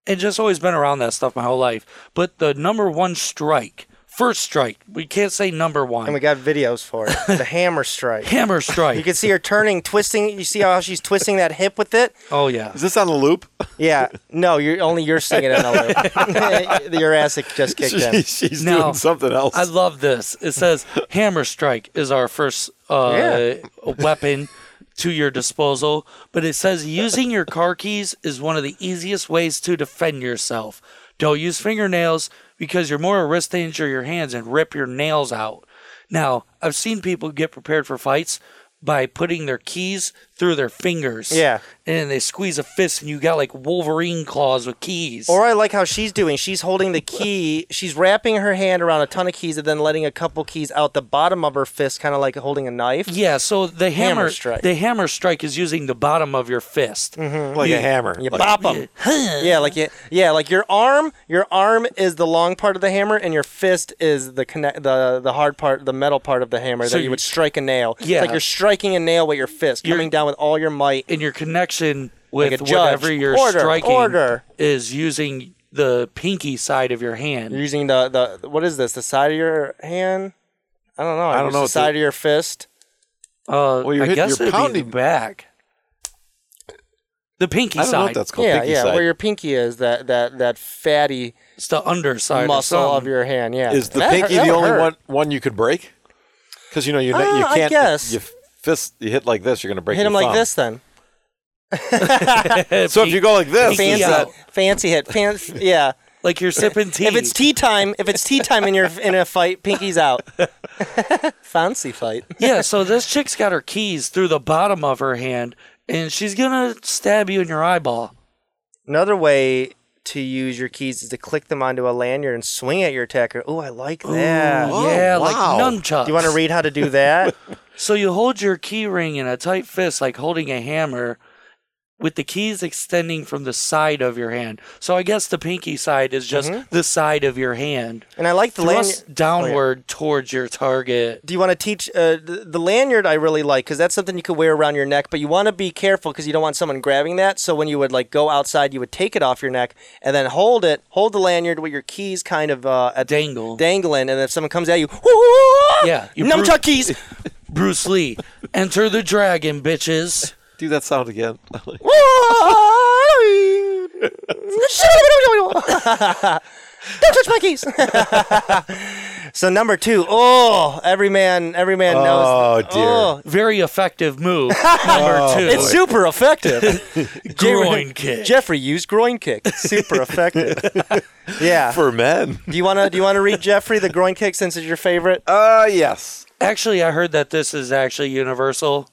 Speaker 1: and just always been around that stuff my whole life. But the number one strike, first strike, we can't say number one.
Speaker 3: And we got videos for it. The
Speaker 1: [LAUGHS]
Speaker 3: hammer strike. [LAUGHS]
Speaker 1: hammer
Speaker 3: You
Speaker 1: strike.
Speaker 3: can see her turning, twisting. You see how she's twisting that hip with it.
Speaker 1: oh yeah.
Speaker 2: Is this on a loop? [LAUGHS]
Speaker 3: Yeah. No, you're only you're singing it. on the- [LAUGHS] Your ass just kicked in.
Speaker 2: She- [LAUGHS] she's
Speaker 1: No.
Speaker 2: doing something else.
Speaker 1: I love this. It
Speaker 3: [LAUGHS]
Speaker 1: says hammer strike is our first uh, [LAUGHS] weapon to your disposal, but it says using your car keys is one of the easiest ways to defend yourself. Don't use fingernails because you're more at risk to injure your hands and rip your nails out. Now, I've seen people get prepared for fights by putting their keys through their fingers.
Speaker 3: Yeah.
Speaker 1: And then they squeeze a fist and you got like Wolverine claws with keys.
Speaker 3: Or I like how she's doing. She's holding the key. She's wrapping her hand around a ton of keys and then letting a couple keys out the bottom of her fist, kind of like holding a knife.
Speaker 1: Yeah, so the hammer,
Speaker 3: strike.
Speaker 1: the hammer strike is using the bottom of your fist.
Speaker 2: like a hammer.
Speaker 3: You
Speaker 2: Like-
Speaker 3: bop 'em. yeah, like you, yeah, like your arm. Your arm is the long part of the hammer, and your fist is the connect, the the hard part, the metal part of the hammer
Speaker 1: So
Speaker 3: that
Speaker 1: you-
Speaker 3: you would strike a nail.
Speaker 1: Yeah.
Speaker 3: it's like you're striking a nail with your fist, coming down with all your might.
Speaker 1: And your connection with
Speaker 3: Like a judge.
Speaker 1: whatever you're
Speaker 3: Order,
Speaker 1: striking
Speaker 3: order.
Speaker 1: is using the pinky side of your hand.
Speaker 3: You're using the the what is this? The side of your hand? I don't know. I
Speaker 2: don't know.
Speaker 3: The
Speaker 2: It's
Speaker 3: side
Speaker 2: a-
Speaker 3: of your fist.
Speaker 1: Uh,
Speaker 2: Well, you're
Speaker 1: I
Speaker 2: hit-
Speaker 1: guess it'd
Speaker 2: you're
Speaker 1: be
Speaker 2: pounding-
Speaker 1: the back, the pinky
Speaker 2: I don't know
Speaker 1: side.
Speaker 2: what that's called.
Speaker 3: Yeah,
Speaker 2: pinky
Speaker 3: yeah.
Speaker 2: side.
Speaker 3: Where your pinky is that that that fatty
Speaker 1: it's the underside or
Speaker 3: muscle of
Speaker 1: something.
Speaker 3: your hand. Yeah.
Speaker 2: Is the
Speaker 3: That hurt-
Speaker 2: pinky
Speaker 3: that
Speaker 2: the
Speaker 3: would
Speaker 2: only
Speaker 3: hurt.
Speaker 2: one one you could break? Because you know you you
Speaker 3: Ah, I
Speaker 2: can't. if
Speaker 3: guess.
Speaker 2: You fist you hit like this, you're gonna break.
Speaker 3: Hit
Speaker 2: your
Speaker 3: him like
Speaker 2: thumb.
Speaker 3: this then.
Speaker 2: So if you go like this,
Speaker 1: Pinky
Speaker 2: is
Speaker 3: Fancy,
Speaker 1: out.
Speaker 2: that-
Speaker 3: fancy hit. Fancy, yeah.
Speaker 1: like you're sipping tea.
Speaker 3: If it's tea time, if it's tea time in your in a fight, pinky's out. [LAUGHS] Fancy fight.
Speaker 1: yeah, so this chick's got her keys through the bottom of her hand, and she's gonna stab you in your eyeball.
Speaker 3: Another way to use your keys is to click them onto a lanyard and swing at your attacker. Ooh, I like that.
Speaker 2: Ooh. Oh,
Speaker 1: yeah, like
Speaker 2: wow.
Speaker 1: nunchucks.
Speaker 3: Do you want to read how to do that?
Speaker 1: So you hold your key ring in a tight fist like holding a hammer with the keys extending from the side of your hand. So I guess the pinky side is just the side of your hand.
Speaker 3: And I like Mm-hmm. the Oh, lanyard.
Speaker 1: Thrust downward towards your target.
Speaker 3: do you want to teach uh, the, the lanyard i really like because that's something you could wear around your neck but you want to be careful because you don't want someone grabbing that so when you would like go outside you would take it off your neck and then hold it hold the lanyard with your keys kind of uh, at
Speaker 1: Dangle.
Speaker 3: dangling and if someone comes at you
Speaker 1: Yeah, you
Speaker 3: nunchuck
Speaker 1: bruise-
Speaker 3: keys
Speaker 1: Bruce Lee,
Speaker 3: [LAUGHS]
Speaker 1: enter the dragon, bitches.
Speaker 2: do that
Speaker 3: [LAUGHS]
Speaker 2: sound again. [LAUGHS]
Speaker 3: don't touch my keys [LAUGHS] so number two oh every man every man
Speaker 2: oh
Speaker 3: knows
Speaker 2: dear.
Speaker 3: oh
Speaker 1: Very effective
Speaker 3: [LAUGHS]
Speaker 1: move. Number two.
Speaker 3: It's super effective. [LAUGHS]
Speaker 1: groin kick.
Speaker 3: Jeffrey used groin kick. Super effective. yeah.
Speaker 2: For men.
Speaker 3: do you wanna do you wanna read Jeffrey the groin kick since it's your favorite?
Speaker 2: Uh yes.
Speaker 1: actually, I heard that this is actually universal.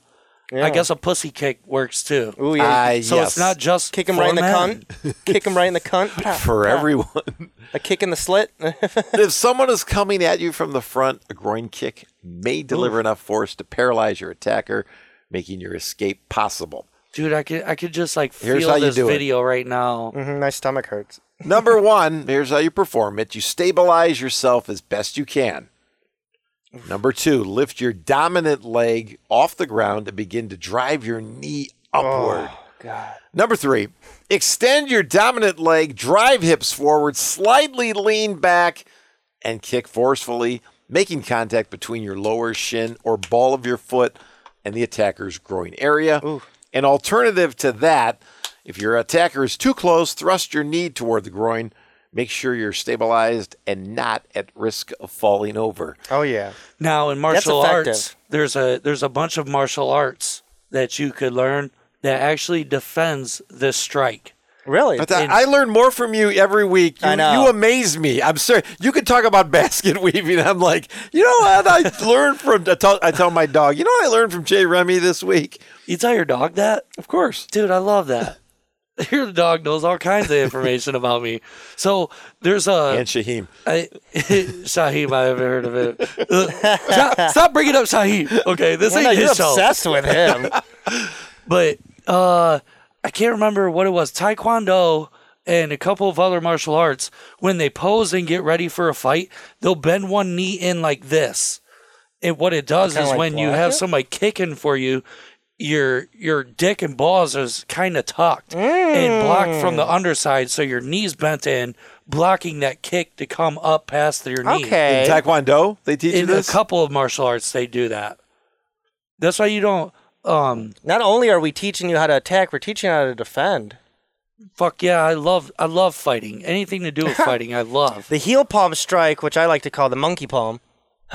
Speaker 3: Yeah.
Speaker 1: I guess a pussy kick works too.
Speaker 3: Ooh yeah.
Speaker 2: Uh,
Speaker 1: So
Speaker 2: yes.
Speaker 1: it's not just
Speaker 3: kick him
Speaker 1: for
Speaker 3: right in the
Speaker 1: men.
Speaker 3: cunt. kick him right in the cunt. Pow,
Speaker 2: for
Speaker 3: pow.
Speaker 2: everyone.
Speaker 3: A kick in the slit. [LAUGHS]
Speaker 2: if someone is coming at you from the front, a groin kick may deliver enough force to paralyze your attacker, making your escape possible.
Speaker 1: Dude, I could I could just like
Speaker 2: Here's
Speaker 1: feel
Speaker 2: how you
Speaker 1: this
Speaker 2: do it.
Speaker 1: video right now.
Speaker 3: Mhm, My stomach hurts.
Speaker 2: Number one, here's how you perform it you stabilize yourself as best you can. Number two, lift your dominant leg off the ground and begin to drive your knee upward.
Speaker 3: God.
Speaker 2: Number three, extend your dominant leg, drive hips forward, slightly lean back, and kick forcefully, making contact between your lower shin or ball of your foot and the attacker's groin area. An alternative to that, if your attacker is too close, thrust your knee toward the groin. Make sure you're stabilized and not at risk of falling over.
Speaker 3: Oh yeah.
Speaker 1: Now in martial
Speaker 3: effective.
Speaker 1: arts, there's a there's a bunch of martial arts that you could learn that actually defends this strike.
Speaker 3: Really?
Speaker 2: But I, I learn more from you every week. You,
Speaker 3: I know.
Speaker 2: you amaze me. I'm sorry. You could talk about [LAUGHS] basket weaving. I'm like, you know
Speaker 3: [LAUGHS]
Speaker 2: what? I learned from. I tell, I tell my dog, you know what I learned from Jay Remy this week?
Speaker 1: You tell your dog that?
Speaker 2: Of course.
Speaker 1: Dude, I love that. [LAUGHS] Your dog knows all kinds of information about me. So there's
Speaker 3: Uh,
Speaker 1: a [LAUGHS]
Speaker 2: and Shaheem.
Speaker 1: I, Shaheem. I haven't heard of it. [LAUGHS] Ugh. stop, stop bringing up Shaheem. Okay, this
Speaker 3: Well, Oh, no,
Speaker 1: ain't
Speaker 3: you're
Speaker 1: his show.
Speaker 3: obsessed with him.
Speaker 1: But uh, I can't remember what it was. Taekwondo and a couple of other martial arts. When they pose and get ready for a fight, they'll bend one knee in like this. And what it does
Speaker 3: Kinda
Speaker 1: is
Speaker 3: like
Speaker 1: when you
Speaker 3: block
Speaker 1: have
Speaker 3: it?
Speaker 1: somebody kicking for you, your your dick and balls is kind of tucked and blocked from
Speaker 3: Mm.
Speaker 1: the underside, so your knees bent in, blocking that kick to come up past your knee.
Speaker 2: In
Speaker 3: okay.
Speaker 2: Taekwondo, they teach you
Speaker 1: In a
Speaker 2: this.
Speaker 1: couple of martial arts, they do that. That's why you don't. Um,
Speaker 3: Not only are we teaching you how to attack, we're teaching you how to defend.
Speaker 1: fuck yeah, I love I love fighting. Anything to
Speaker 3: [LAUGHS]
Speaker 1: do with fighting, I love.
Speaker 3: The heel palm strike, which I like to call the monkey palm,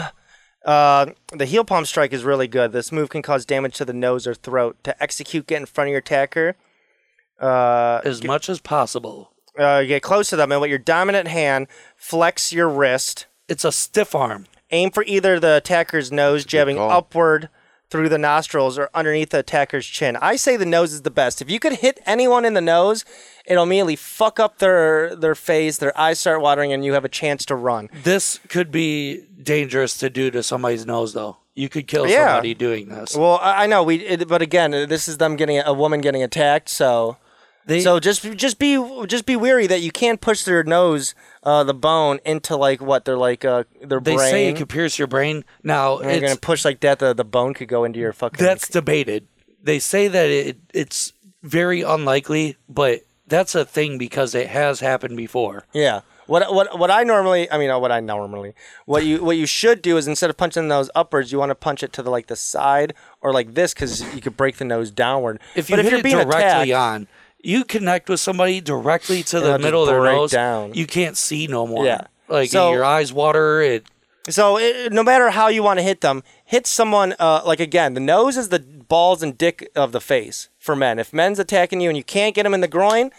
Speaker 3: [GASPS] uh, the heel palm strike is really good. This move can cause damage to the nose or throat. To execute, get in front of your attacker. Uh,
Speaker 1: As much as possible.
Speaker 3: uh, get close to them, and with your dominant hand, flex your wrist.
Speaker 1: It's a stiff arm.
Speaker 3: Aim for either the attacker's nose, jabbing
Speaker 2: call.
Speaker 3: upward through the nostrils or underneath the attacker's chin. I say the nose is the best. If you could hit anyone in the nose, it'll immediately fuck up their their face, their eyes start watering, and you have a chance to run.
Speaker 1: This could be dangerous to do to somebody's nose though. You could kill
Speaker 3: Yeah.
Speaker 1: somebody doing this.
Speaker 3: Well, I, I know we, it, but again, uh, this is them getting a woman getting attacked. So,
Speaker 1: They-
Speaker 3: so just just be just be weary that you can't push their nose, uh, the bone into like what they're like uh, their
Speaker 1: they
Speaker 3: brain.
Speaker 1: say it could pierce your brain. Now
Speaker 3: And you're
Speaker 1: it's,
Speaker 3: gonna push like that. The, the bone could go into your fucking.
Speaker 1: that's debated. They say that it it's very unlikely, but that's a thing because it has happened before.
Speaker 3: yeah. What what what I normally I mean not what I normally what you what you should do is instead of punching the nose upwards you want to punch it to the like the side or like this because you could break the nose downward.
Speaker 1: If you hit
Speaker 3: but if you're
Speaker 1: it
Speaker 3: being
Speaker 1: directly
Speaker 3: attacked,
Speaker 1: on, you connect with somebody directly to
Speaker 3: It'll
Speaker 1: the
Speaker 3: just
Speaker 1: middle of their
Speaker 3: break
Speaker 1: nose.
Speaker 3: down.
Speaker 1: You can't see no more.
Speaker 3: Yeah.
Speaker 1: Like
Speaker 3: So-
Speaker 1: your eyes water. It
Speaker 3: So it, no matter how you want to hit them, hit someone uh, like again. The nose is the balls and dick of the face for men. If men's attacking you and you can't get them in the groin,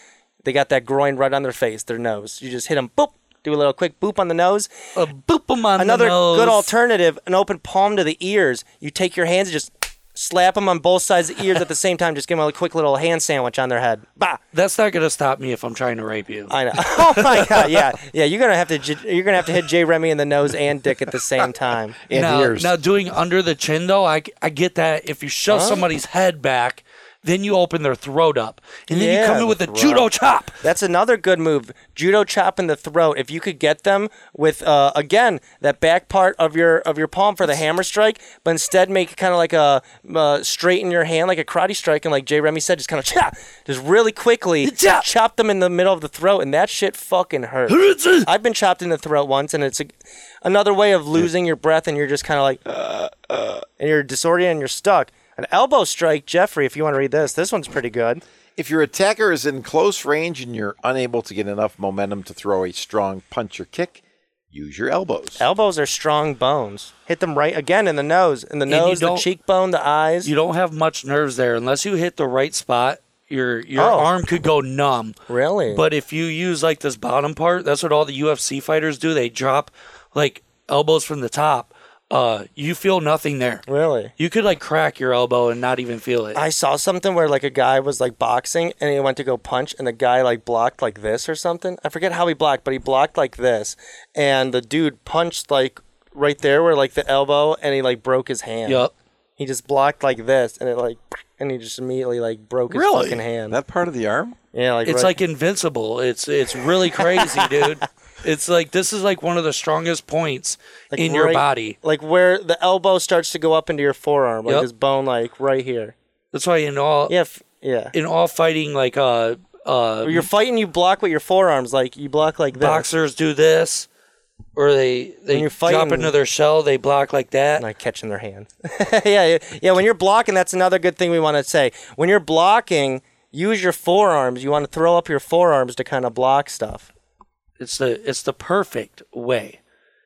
Speaker 3: they got that groin right on their face, their nose. You just hit them, boop, do a little quick boop on the nose.
Speaker 1: a boop 'em on
Speaker 3: Another
Speaker 1: the nose.
Speaker 3: good alternative: an open palm to the ears. You take your hands and just slap them on both sides of the ears at the same time. Just give them a quick little hand sandwich on their head. Bah.
Speaker 1: That's not gonna stop me if I'm trying to rape you.
Speaker 3: I know. [LAUGHS] Oh my god. Yeah, yeah. You're gonna have to. j- You're gonna have to hit Jay Remy in the nose and dick at the same time.
Speaker 2: and
Speaker 1: now,
Speaker 2: ears.
Speaker 1: now doing under the chin though, I I get that. If you shove somebody's head back, then you open their throat up, and then
Speaker 3: Yeah,
Speaker 1: you come in
Speaker 3: the
Speaker 1: with a
Speaker 3: throat.
Speaker 1: judo chop.
Speaker 3: That's another good move. Judo chop in the throat. If you could get them with uh, again that back part of your of your palm for the hammer strike, but instead make it kind of like a uh, straighten your hand like a karate strike, and like Jay Remy said, just kind of chop, just really quickly [LAUGHS]
Speaker 1: Chop.
Speaker 3: chop them in the middle of the throat, and that shit fucking hurts. [LAUGHS] I've been chopped in the throat once, and it's a, another way of losing your breath, and you're just kind of like, uh, uh, and you're disoriented, and you're stuck. An elbow strike, Jeffrey. If you want to read this, this one's pretty good.
Speaker 2: If your attacker is in close range and you're unable to get enough momentum to throw a strong punch or kick, use your elbows.
Speaker 3: Elbows are strong bones. Hit them right again in the nose, in the
Speaker 1: you
Speaker 3: nose, the
Speaker 1: don't-
Speaker 3: cheekbone, the eyes.
Speaker 1: You don't have much nerves there unless you hit the right spot. Your your
Speaker 3: Oh.
Speaker 1: arm could go numb.
Speaker 3: Really?
Speaker 1: But if you use like this bottom part, that's what all the UFC fighters do. They drop like elbows from the top. Uh, you feel nothing there.
Speaker 3: really?
Speaker 1: You could like crack your elbow and not even feel it.
Speaker 3: I saw something where like a guy was like boxing and he went to go punch and the guy like blocked like this or something. I forget how he blocked, but he blocked like this, and the dude punched like right there where like the elbow, and he like broke his hand.
Speaker 1: Yup.
Speaker 3: He just blocked like this, and it like, and he just immediately like broke his fucking hand.
Speaker 2: That part of the arm?
Speaker 3: yeah, like
Speaker 1: It's
Speaker 3: right-
Speaker 1: like invincible. It's it's really crazy,
Speaker 3: [LAUGHS]
Speaker 1: dude. It's like this is like one of the strongest points
Speaker 3: like
Speaker 1: in your
Speaker 3: right-
Speaker 1: body.
Speaker 3: like where the elbow starts to go up into your forearm, like
Speaker 1: Yup.
Speaker 3: this bone, like right here.
Speaker 1: That's why in all
Speaker 3: Yeah, f- yeah.
Speaker 1: in all fighting, like uh uh
Speaker 3: You're fighting. You block with your forearms, like you block like this. [LAUGHS]
Speaker 1: boxers do this, or they they
Speaker 3: you're
Speaker 1: drop
Speaker 3: fighting-
Speaker 1: into their shell, they block like that.
Speaker 3: Not catching their hand. [LAUGHS] yeah, yeah, yeah. When you're blocking, that's another good thing we want to say. When you're blocking, use your forearms. You want to throw up your forearms to kind of block stuff.
Speaker 1: It's the it's the perfect way.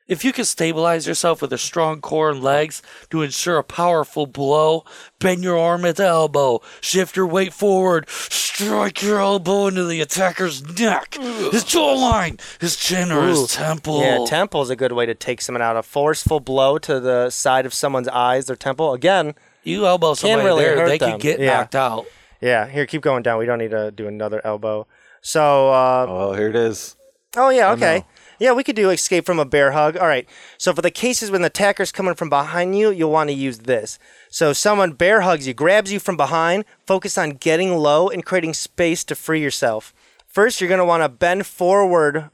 Speaker 1: If you can stabilize yourself with a strong core and legs to ensure a powerful blow, bend your arm at the elbow, shift your weight forward, strike your elbow into the attacker's neck, his jawline, his chin, or
Speaker 3: Ooh.
Speaker 1: his temple.
Speaker 3: Yeah, temple's a good way to take someone out. A forceful blow to the side of someone's eyes, their temple. Again,
Speaker 1: you elbow somebody
Speaker 3: really
Speaker 1: there,
Speaker 3: hurt
Speaker 1: they
Speaker 3: them.
Speaker 1: could get
Speaker 3: Yeah.
Speaker 1: knocked out.
Speaker 3: Yeah, here, keep going down. We don't need to do another elbow. So, uh,
Speaker 2: Oh, here it is.
Speaker 3: oh, yeah, okay. Yeah, we could do escape from a bear hug. All right. So, for the cases when the attacker's coming from behind you, you'll want to use this. So, someone bear hugs you, grabs you from behind, focus on getting low and creating space to free yourself. First, you're going to want to bend forward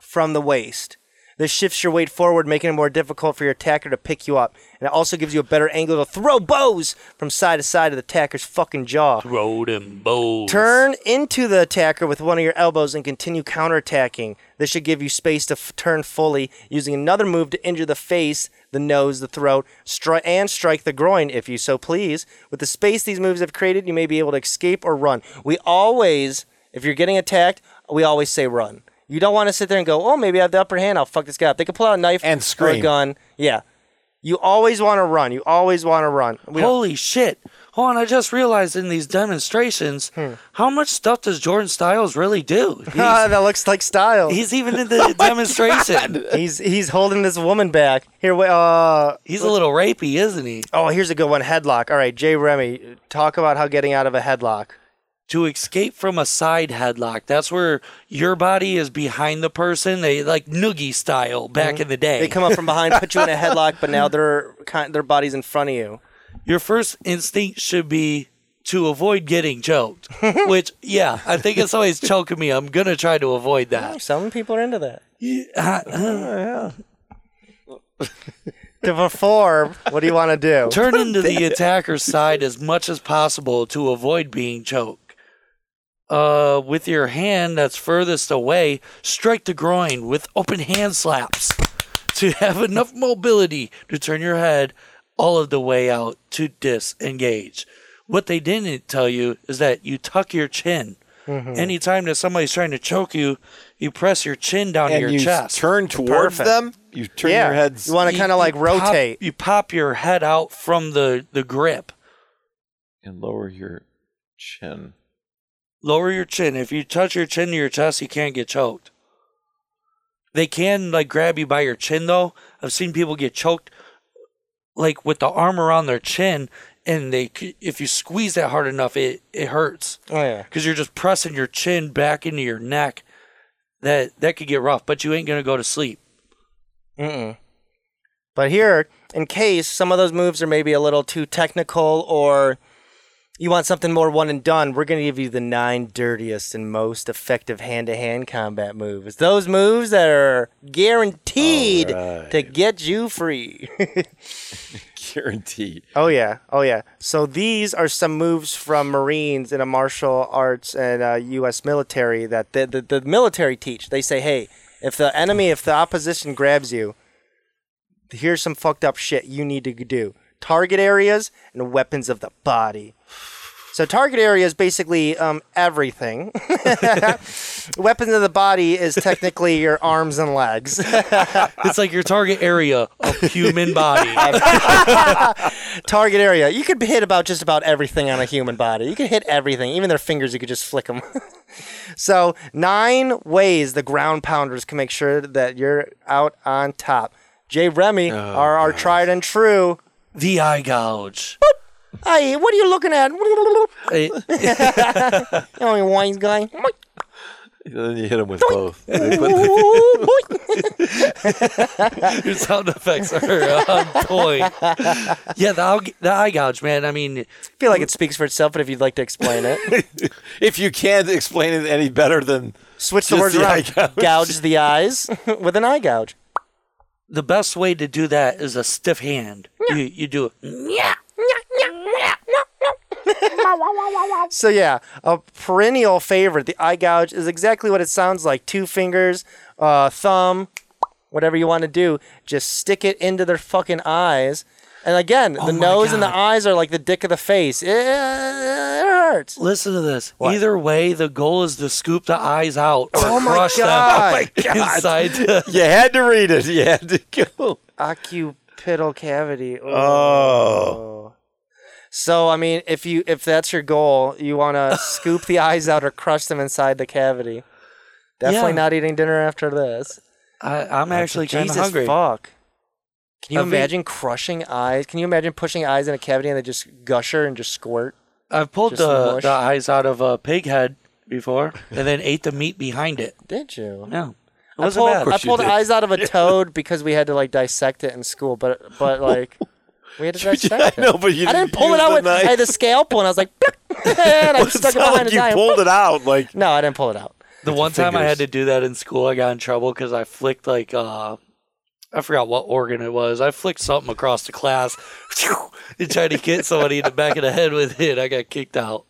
Speaker 3: from the waist. This shifts your weight forward, making it more difficult for your attacker to pick you up. And it also gives you a better angle to throw bows from side to side of the attacker's fucking jaw.
Speaker 1: Road and bows.
Speaker 3: Turn into the attacker with one of your elbows and continue counterattacking. This should give you space to f- turn fully, using another move to injure the face, the nose, the throat, stri- and strike the groin if you so please. With the space these moves have created, you may be able to escape or run. We always, if you're getting attacked, we always say run. You don't want to sit there and go, oh, maybe I have the upper hand. I'll fuck this guy up. They can pull out a knife
Speaker 2: And
Speaker 3: or a
Speaker 2: scream.
Speaker 3: gun. Yeah. You always want to run. You always want to run. We don't-
Speaker 1: Holy shit. Hold on, I just realized in these demonstrations,
Speaker 3: Hmm.
Speaker 1: how much stuff does Jordan Styles really
Speaker 3: [LAUGHS]
Speaker 1: do? He's,
Speaker 3: that looks like style.
Speaker 1: he's even
Speaker 3: [LAUGHS]
Speaker 1: in
Speaker 3: Oh
Speaker 1: the demonstration.
Speaker 3: he's he's holding this woman back. Here, wait, uh,
Speaker 1: He's a little rapey, isn't he?
Speaker 3: oh, here's a good one. Headlock. All right, Jay Remy, talk about how getting out of a headlock.
Speaker 1: to escape from a side headlock. That's where your body is behind the person. They like noogie style back in the day.
Speaker 3: Mm-hmm. They come up from behind, put you in a headlock, but now their kind, their body's in front of you.
Speaker 1: your first instinct should be to avoid getting
Speaker 3: [LAUGHS]
Speaker 1: choked. which, yeah, I think if somebody's choking me, I'm gonna try to avoid
Speaker 3: [LAUGHS]
Speaker 1: that.
Speaker 3: Some people are into that.
Speaker 1: [LAUGHS]
Speaker 3: Oh, To perform, what do you want to do?
Speaker 1: Turn into the attacker's side as much as possible to avoid being choked. Uh, with your hand that's furthest away, strike the groin with open hand slaps to [LAUGHS] have enough mobility to turn your head all of the way out to disengage. What they didn't tell you is that you tuck your chin. Anytime that somebody's trying to choke you, you press your chin down to
Speaker 2: And
Speaker 1: your
Speaker 2: you
Speaker 1: chest.
Speaker 2: turn towards
Speaker 3: Perfect.
Speaker 2: them. You turn
Speaker 3: yeah,
Speaker 2: your heads.
Speaker 3: you want to
Speaker 1: You-
Speaker 3: kind of like
Speaker 1: you pop-
Speaker 3: rotate.
Speaker 1: you pop your head out from the, the grip.
Speaker 2: and lower your chin. [LAUGHS]
Speaker 1: lower your chin. If you touch your chin to your chest, you can't get choked. They can like grab you by your chin though. I've seen people get choked like with the arm around their chin and they c- if you squeeze that hard enough it it hurts
Speaker 3: oh yeah.
Speaker 1: cuz you're just pressing your chin back into your neck. That that could get rough, but you ain't going to go to sleep.
Speaker 3: Mm-mm. But here, in case some of those moves are maybe a little too technical or you want something more one and done, we're going to give you the nine dirtiest and most effective hand to hand combat moves. Those moves that are guaranteed to get you free. [LAUGHS]
Speaker 2: Guarantee.
Speaker 3: oh, yeah. Oh, yeah. So these are some moves from Marines in a martial arts and uh, U.S. military that the, the, the military teach. They say, hey, if the enemy, if the opposition grabs you, here's some fucked up shit you need to do target areas and weapons of the body. So, target area is basically um, everything. [LAUGHS] weapons of the body is technically your arms and legs. [LAUGHS]
Speaker 1: It's like your target area of human body.
Speaker 3: target area. You could hit about just about everything on a human body. You could hit everything, even their fingers. You could just flick them. [LAUGHS] so nine ways the ground pounders can make sure that you're out on top. Jay
Speaker 2: Oh,
Speaker 3: Remy are our tried and true.
Speaker 1: the eye gouge.
Speaker 3: Hey, what are you looking at? [LAUGHS] You
Speaker 1: It-
Speaker 3: know, you wise guy.
Speaker 2: And then you hit them with both. [LAUGHS] They put the-
Speaker 3: Ooh, boy.
Speaker 1: Your sound effects are on point. Yeah, the, eye- the eye gouge, man. I mean,
Speaker 3: I [LAUGHS] feel like it speaks for itself, but if you'd like to explain
Speaker 2: [LAUGHS]
Speaker 3: it,
Speaker 2: if you can't explain it any better than
Speaker 3: switch the
Speaker 2: Just
Speaker 3: words
Speaker 2: the eye
Speaker 3: around.
Speaker 2: gouge.
Speaker 3: Gouge the eyes [LAUGHS] with an eye gouge.
Speaker 1: the best way to do that is a stiff hand. You you do it. Yeah.
Speaker 3: So yeah, a perennial favorite, the eye gouge, is exactly what it sounds like. Two fingers, uh, thumb, whatever you want to do, just stick it into their fucking eyes. And again, the
Speaker 1: Oh my
Speaker 3: nose and the
Speaker 1: God.
Speaker 3: eyes are like the dick of the face. It, it hurts.
Speaker 1: Listen to this. Either way, the goal is to scoop the eyes out or
Speaker 3: Oh my
Speaker 1: crush [LAUGHS]
Speaker 3: [LAUGHS] God.
Speaker 1: them inside. the-
Speaker 2: you had to read it. [LAUGHS] You had to go.
Speaker 3: Occipital cavity.
Speaker 1: Uh.
Speaker 2: Oh.
Speaker 3: So I mean, if you if that's your goal, you want
Speaker 1: [LAUGHS]
Speaker 3: to scoop the eyes out or crush them inside the cavity. Definitely
Speaker 1: Yeah.
Speaker 3: not eating dinner after this.
Speaker 1: I, I'm actually kind of
Speaker 3: Jesus
Speaker 1: hungry.
Speaker 3: fuck. Can you
Speaker 1: I mean-
Speaker 3: imagine crushing eyes? Can you imagine pushing eyes in a cavity and they just gusher and just squirt?
Speaker 1: I've pulled
Speaker 3: Just
Speaker 1: the,
Speaker 3: mush.
Speaker 1: the eyes out of a pig head
Speaker 3: [LAUGHS]
Speaker 1: before, and then ate the meat behind it.
Speaker 3: Did you?
Speaker 1: No,
Speaker 3: I
Speaker 1: wasn't
Speaker 3: pulled,
Speaker 1: bad.
Speaker 3: I
Speaker 2: you
Speaker 3: pulled
Speaker 2: did.
Speaker 3: eyes
Speaker 2: [LAUGHS]
Speaker 3: out of a toad because we had to like dissect it in school, but but like we
Speaker 2: [LAUGHS]
Speaker 3: had to
Speaker 2: I
Speaker 3: dissect it.
Speaker 2: know, but you
Speaker 3: I didn't
Speaker 2: didn't
Speaker 3: pull
Speaker 2: use
Speaker 3: it out
Speaker 2: the
Speaker 3: with
Speaker 2: knife.
Speaker 3: I had the scalpel and I was like, [LAUGHS] and I
Speaker 2: [LAUGHS] It's
Speaker 3: stuck it
Speaker 2: not
Speaker 3: behind
Speaker 2: like
Speaker 3: his
Speaker 2: you
Speaker 3: eye.
Speaker 2: pulled it out. Like
Speaker 3: [LAUGHS] No, I didn't pull it out.
Speaker 1: The one time I
Speaker 2: fingers.
Speaker 1: had to do that in school, I got in trouble because I flicked like uh, I forgot what organ it was. I flicked something across the class [LAUGHS] and tried to hit somebody in the back of the head with it. I got kicked out.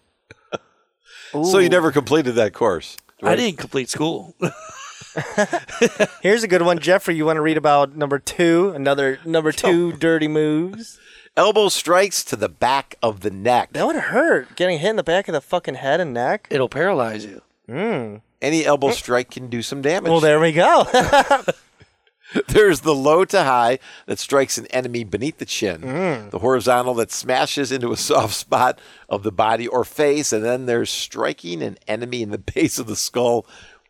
Speaker 2: so, you never completed that course.
Speaker 1: I didn't complete school. [LAUGHS]
Speaker 3: Here's a good one, Jeffrey. You want to read about number two? Another number two dirty moves.
Speaker 2: Elbow strikes to the back of the neck.
Speaker 3: That would hurt. Getting hit in the back of the fucking head and neck.
Speaker 1: It'll paralyze you.
Speaker 2: Any elbow strike can do some damage.
Speaker 3: Well, there we go.
Speaker 2: [LAUGHS]
Speaker 3: [LAUGHS]
Speaker 2: There's the low to high that strikes an enemy beneath the chin, the horizontal that smashes into a [LAUGHS] soft spot of the body or face, and then there's striking an enemy in the [LAUGHS] base of the skull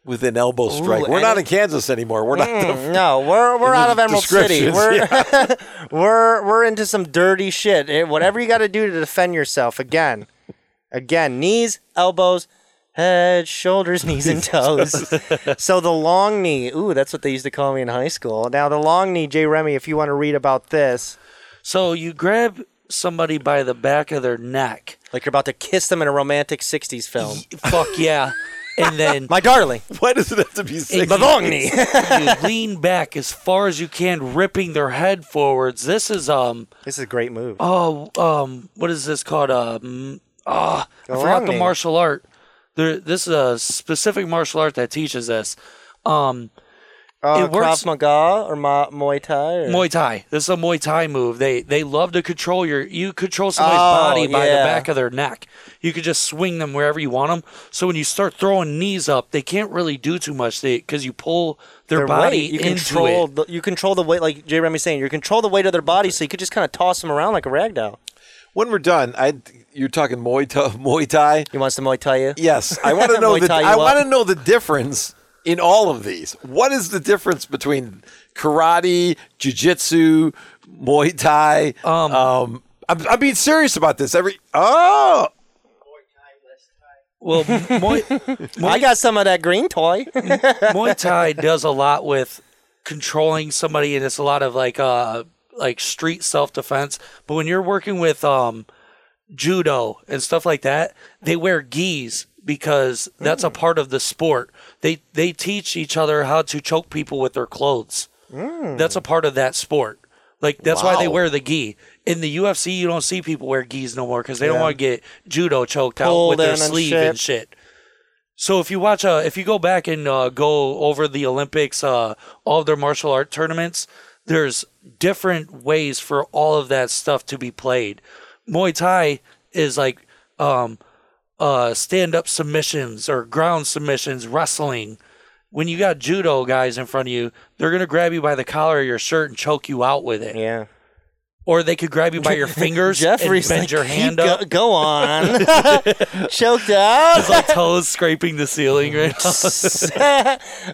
Speaker 2: with an elbow strike. We're not in Kansas anymore. We're not. The,
Speaker 3: no, we're we're out of Emerald City.
Speaker 2: Descriptions,
Speaker 3: We're [LAUGHS] we're we're into some dirty shit. Eh, whatever you got to do to defend yourself. Again, again, knees, elbows, head, shoulders, [LAUGHS] knees, and toes. so the long knee. Ooh, that's what they used to call me in high school. Now the long knee, Jay Remy. If you want to read about this,
Speaker 1: So you grab somebody by the back of their neck.
Speaker 3: like you're about to kiss them in a romantic '60s film.
Speaker 1: Fuck yeah. And
Speaker 3: [LAUGHS]
Speaker 1: then
Speaker 3: My darling,
Speaker 2: [LAUGHS] why does it have to be six?
Speaker 3: the long knee. [LAUGHS]
Speaker 1: you lean back as far as you can, ripping their head forwards. This is um
Speaker 3: this is a great move.
Speaker 1: oh um what is this called um ah I forgot
Speaker 3: Along
Speaker 1: the
Speaker 3: me.
Speaker 1: martial art. There, this is a specific martial art that teaches this. Um,
Speaker 3: Uh,
Speaker 1: it works-
Speaker 3: Krav Maga or Ma- Muay Thai? Or...
Speaker 1: Muay Thai. This is a Muay Thai move. They they love to control your. You control somebody's
Speaker 3: Oh,
Speaker 1: body by the
Speaker 3: yeah.
Speaker 1: back of their neck. You can just swing them wherever you want them. So when you start throwing knees up, they can't really do too much. They because you pull their,
Speaker 3: their
Speaker 1: body
Speaker 3: weight. You
Speaker 1: into
Speaker 3: control
Speaker 1: it.
Speaker 3: the, you control the weight, like Jay Remy's saying. You control the weight of their body, so you could just kind of toss them around like a rag doll.
Speaker 2: When we're done, I you're talking Muay Thai. Muay Thai.
Speaker 3: You want some Muay Thai? You? [LAUGHS]
Speaker 2: Yes, I want to know
Speaker 3: Muay
Speaker 2: the
Speaker 3: Thai you
Speaker 2: I
Speaker 3: up.
Speaker 2: want to know the difference in all of these. What is the difference between karate, jujitsu, Muay Thai? Um, I'm, I'm being serious about this. Every oh,
Speaker 3: [LAUGHS]
Speaker 1: Well, Muay,
Speaker 3: I got some of that
Speaker 1: [LAUGHS]
Speaker 3: green toy.
Speaker 1: Muay Thai does a lot with controlling somebody, and it's a lot of like uh like street self defense. But when you're working with um judo and stuff like that, they wear gis because that's
Speaker 3: Mm.
Speaker 1: a part of the sport. They they teach each other how to choke people with their clothes.
Speaker 3: Mm.
Speaker 1: That's a part of that sport. Like that's why they
Speaker 2: Wow.
Speaker 1: wear the gi. In the UFC, you don't see people wear gis no more because they don't want to get judo choked out
Speaker 3: Pulled
Speaker 1: with their
Speaker 3: in and
Speaker 1: sleeve
Speaker 3: shit.
Speaker 1: and shit. So if you watch, uh, if you go back and uh, go over the Olympics, uh, all of their martial art tournaments, there's different ways for all of that stuff to be played. Muay Thai is like um, uh, stand-up submissions or ground submissions, wrestling. When you got judo guys in front of you, they're gonna grab you by the collar of your shirt and choke you out with it,
Speaker 3: yeah,
Speaker 1: or they could grab you
Speaker 3: [LAUGHS]
Speaker 1: by your fingers
Speaker 3: Jeffrey's
Speaker 1: and bend
Speaker 3: like,
Speaker 1: your
Speaker 3: "Keep
Speaker 1: hand [LAUGHS]
Speaker 3: go,
Speaker 1: up.
Speaker 3: Go on, choked out.
Speaker 1: My toes scraping the ceiling right now.
Speaker 3: [LAUGHS]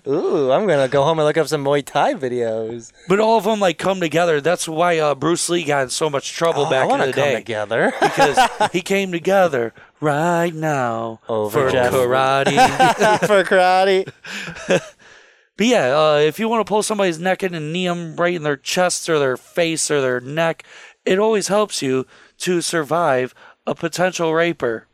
Speaker 3: Ooh, I'm gonna go home and look up some Muay Thai videos.
Speaker 1: But all of them like come together. That's why uh, Bruce Lee got in so much trouble
Speaker 3: Oh, I
Speaker 1: back in
Speaker 3: wanna
Speaker 1: the
Speaker 3: come
Speaker 1: day [LAUGHS]
Speaker 3: together. [LAUGHS]
Speaker 1: because he came together right now
Speaker 3: [LAUGHS] Over
Speaker 1: for
Speaker 3: Jeff. [LAUGHS]
Speaker 1: karate.
Speaker 3: for karate.
Speaker 1: but yeah, uh, if you want to pull somebody's neck in and knee them right in their chest or their face or their neck, it always helps you to survive a potential raper.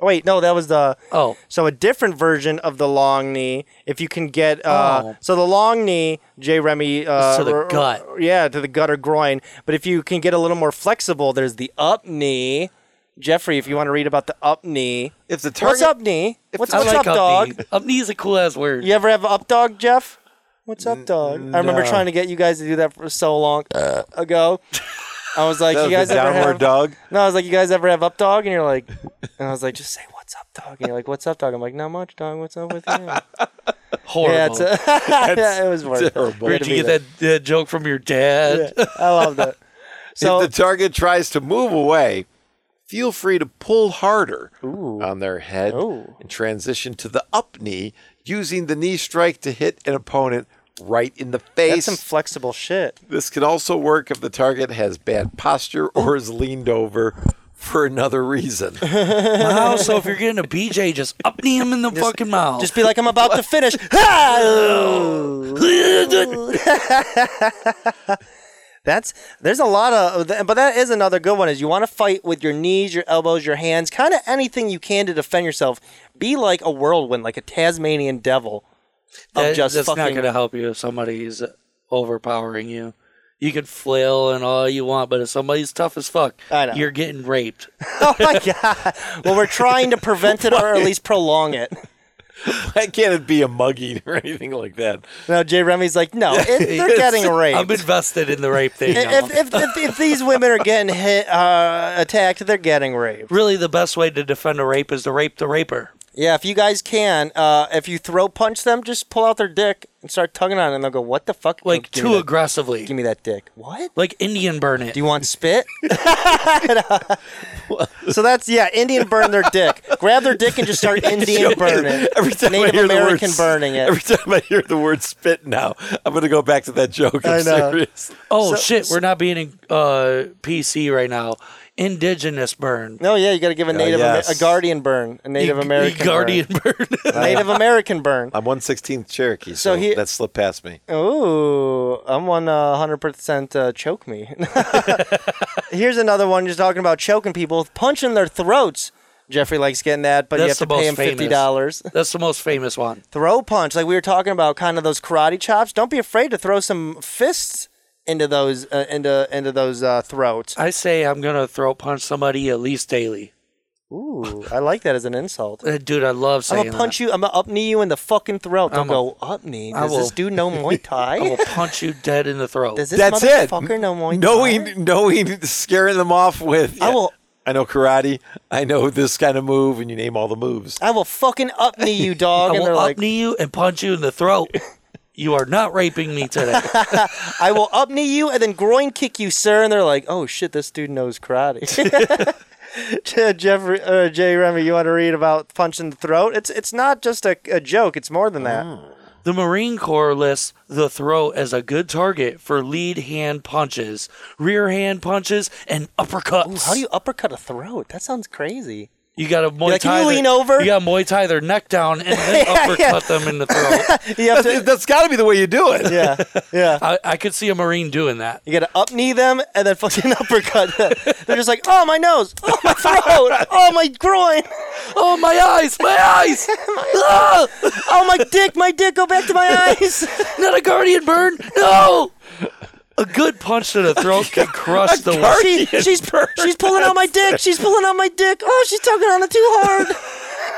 Speaker 3: Wait, no, that was the
Speaker 1: Oh,
Speaker 3: So a different version of the long knee, if you can get. Uh, So the long knee, Jay Remy. Uh,
Speaker 1: Oh. to the
Speaker 3: r-
Speaker 1: gut.
Speaker 3: yeah, to the gut or groin. But if you can get a little more flexible, there's the up knee. Jeffrey, if you want to read about the up knee.
Speaker 2: if the target
Speaker 3: What's up knee? What's,
Speaker 1: I
Speaker 3: what's
Speaker 1: like
Speaker 3: up, dog?
Speaker 1: knee. Up knee's a cool ass word.
Speaker 3: You ever have up dog, Jeff? What's up, dog? I remember trying to get you guys to do that for so long ago. I was like,
Speaker 2: Uh. that
Speaker 3: you guys
Speaker 2: was the
Speaker 3: ever
Speaker 2: downward
Speaker 3: have?
Speaker 2: dog.
Speaker 3: No, I was like, you guys ever have up dog? And you're like, [LAUGHS] and I was like, just say what's up, dog. And you're like, what's up, dog? I'm like, not much, dog. What's
Speaker 1: [LAUGHS]
Speaker 3: up with you?
Speaker 1: Horrible.
Speaker 3: Yeah, it's a, [LAUGHS] yeah, it was worth
Speaker 2: terrible.
Speaker 3: It. Great
Speaker 1: Did
Speaker 3: to
Speaker 1: you get
Speaker 3: be
Speaker 1: that, that joke from your dad?
Speaker 3: there. [LAUGHS] I
Speaker 1: [LAUGHS]
Speaker 3: loved it. So
Speaker 2: if the target tries to move away, feel free to pull harder on their head
Speaker 3: Ooh.
Speaker 2: and transition to the up knee, using the knee strike to hit an opponent right in the
Speaker 3: that's
Speaker 2: face.
Speaker 3: some flexible shit.
Speaker 2: This can also work if the target has bad posture or is leaned over for
Speaker 3: [LAUGHS]
Speaker 2: another reason.
Speaker 1: Wow, so if you're getting a BJ, just up knee him in the fucking mouth.
Speaker 3: Just [LAUGHS] be like,
Speaker 1: [LAUGHS]
Speaker 3: I'm about to finish. [LAUGHS] Ah! That's there's a lot of, but that is another good one. Is you want to fight with your knees, your elbows, your hands, kind of anything you can to defend yourself. Be like a whirlwind, like a Tasmanian devil. Of
Speaker 1: That-
Speaker 3: just
Speaker 1: that's not
Speaker 3: fucking-
Speaker 1: going to help you if somebody's overpowering you. You can flail and all you want, but if somebody's tough as fuck,
Speaker 3: I know.
Speaker 1: you're getting raped.
Speaker 3: Oh my god! Well, we're trying to prevent it or at least prolong it.
Speaker 2: Why can't it be a mugging or anything like that?
Speaker 3: No, Jay Remy's like, no,
Speaker 1: [LAUGHS]
Speaker 2: [LAUGHS]
Speaker 3: it, [LAUGHS] they're
Speaker 2: It's-
Speaker 3: getting raped.
Speaker 1: I'm invested in the rape thing. now.
Speaker 3: if, if, if, if these women are getting hit, uh, attacked, they're getting raped.
Speaker 1: really, the best way to defend a rape is to rape the raper.
Speaker 3: Yeah, if you guys can, uh, if you throw punch them, just pull out their dick and start tugging on it, and they'll go, "What the fuck?"
Speaker 1: Like,
Speaker 3: Give me
Speaker 1: too
Speaker 3: that-
Speaker 1: aggressively.
Speaker 3: Give me that dick. What?
Speaker 1: like Indian burn it.
Speaker 3: Do you want
Speaker 2: [LAUGHS]
Speaker 3: spit? [LAUGHS] so that's yeah, Indian burn their dick. Grab their dick and just
Speaker 2: [LAUGHS]
Speaker 3: start Indian burn it.
Speaker 2: Every time I
Speaker 3: Native
Speaker 2: hear
Speaker 3: American
Speaker 2: the word,
Speaker 3: burning it.
Speaker 2: Every time I hear the word spit now, I'm going to go back to that joke. I'm
Speaker 3: I know.
Speaker 2: serious.
Speaker 1: oh, shit, we're not being uh, PC right now. Indigenous burn.
Speaker 3: No, Oh, yeah, you got to give a Native Amer-
Speaker 2: yes.
Speaker 3: a guardian burn, a Native American [LAUGHS]
Speaker 1: Guardian [LAUGHS] burn.
Speaker 3: burn. Native American
Speaker 2: [LAUGHS]
Speaker 3: burn.
Speaker 2: I'm 116th Cherokee,
Speaker 3: So
Speaker 2: so,
Speaker 3: he-
Speaker 2: that slipped past me.
Speaker 3: Ooh, I'm one hundred percent uh, choke me. [LAUGHS] Here's another one. Just talking about choking people, punching their throats. Jeffrey likes getting that, but
Speaker 1: That's
Speaker 3: you have
Speaker 1: the
Speaker 3: to
Speaker 1: most
Speaker 3: pay him fifty
Speaker 1: famous.
Speaker 3: dollars.
Speaker 1: That's the most famous one.
Speaker 3: Throw punch, like we were talking about, kind of those karate chops. Don't be afraid to throw some fists into those uh, into into those uh, throats.
Speaker 1: I say I'm gonna throat punch somebody at least daily.
Speaker 3: Ooh, I like that as an insult.
Speaker 1: Uh, Dude, I love saying
Speaker 3: I'm gonna punch you. I'm gonna up knee you in the fucking throat. Don't
Speaker 1: I'm a-
Speaker 3: go up knee.
Speaker 1: I
Speaker 3: Does
Speaker 1: will-
Speaker 3: this
Speaker 1: [LAUGHS]
Speaker 3: dude know Muay
Speaker 1: that. I will
Speaker 3: Thai?
Speaker 1: punch you dead in the throat.
Speaker 3: [LAUGHS] Does this
Speaker 2: That's it.
Speaker 3: motherfucker know Muay Thai?
Speaker 2: Knowing, knowing, scaring them off with.
Speaker 3: I will
Speaker 2: I know karate. I know this kind of move, and you name all the moves.
Speaker 3: I will fucking up knee you,
Speaker 1: [LAUGHS]
Speaker 3: dog.
Speaker 1: I
Speaker 3: and they're
Speaker 1: will
Speaker 3: like,
Speaker 1: up knee you and punch you in the throat.
Speaker 3: [LAUGHS]
Speaker 1: you are not raping me today.
Speaker 3: I will up knee you and then groin kick you, sir. And they're like, oh shit, this dude
Speaker 1: [LAUGHS]
Speaker 3: knows karate. [LAUGHS] Je- Jeffrey, uh, Jay Remy, you want to read about punching the throat? It's it's not just a, a joke. It's more than that.
Speaker 1: the Marine Corps lists the throat as a good target for lead hand punches, rear hand punches, and uppercuts.
Speaker 3: How do you uppercut a throat? That
Speaker 1: [LAUGHS]
Speaker 3: sounds crazy.
Speaker 1: You got to Muay
Speaker 3: like, "Can
Speaker 1: Thai.
Speaker 3: you
Speaker 1: their-
Speaker 3: lean over?"
Speaker 1: You got to Muay Thai their neck down and
Speaker 3: [LAUGHS]
Speaker 1: then uppercut them in the throat.
Speaker 3: You have
Speaker 2: That's-
Speaker 3: to,
Speaker 2: that's got to be the way you do
Speaker 3: [LAUGHS]
Speaker 2: it.
Speaker 3: yeah,
Speaker 1: [LAUGHS]
Speaker 3: yeah.
Speaker 1: I, I could see a Marine doing that.
Speaker 3: You gotta up knee them and then fucking [LAUGHS] uppercut them. They're just like, oh my nose, oh my throat, oh my groin,
Speaker 1: Oh my eyes, my eyes! Ah!
Speaker 3: oh my dick, my dick, go back to my [LAUGHS] eyes.
Speaker 1: Not a guardian burn? No! A good punch to the
Speaker 3: [LAUGHS]
Speaker 1: throat can crush the work.
Speaker 3: she, she's she's pulling out my dick. She's pulling out my dick. Oh, she's tugging on it too hard. [LAUGHS]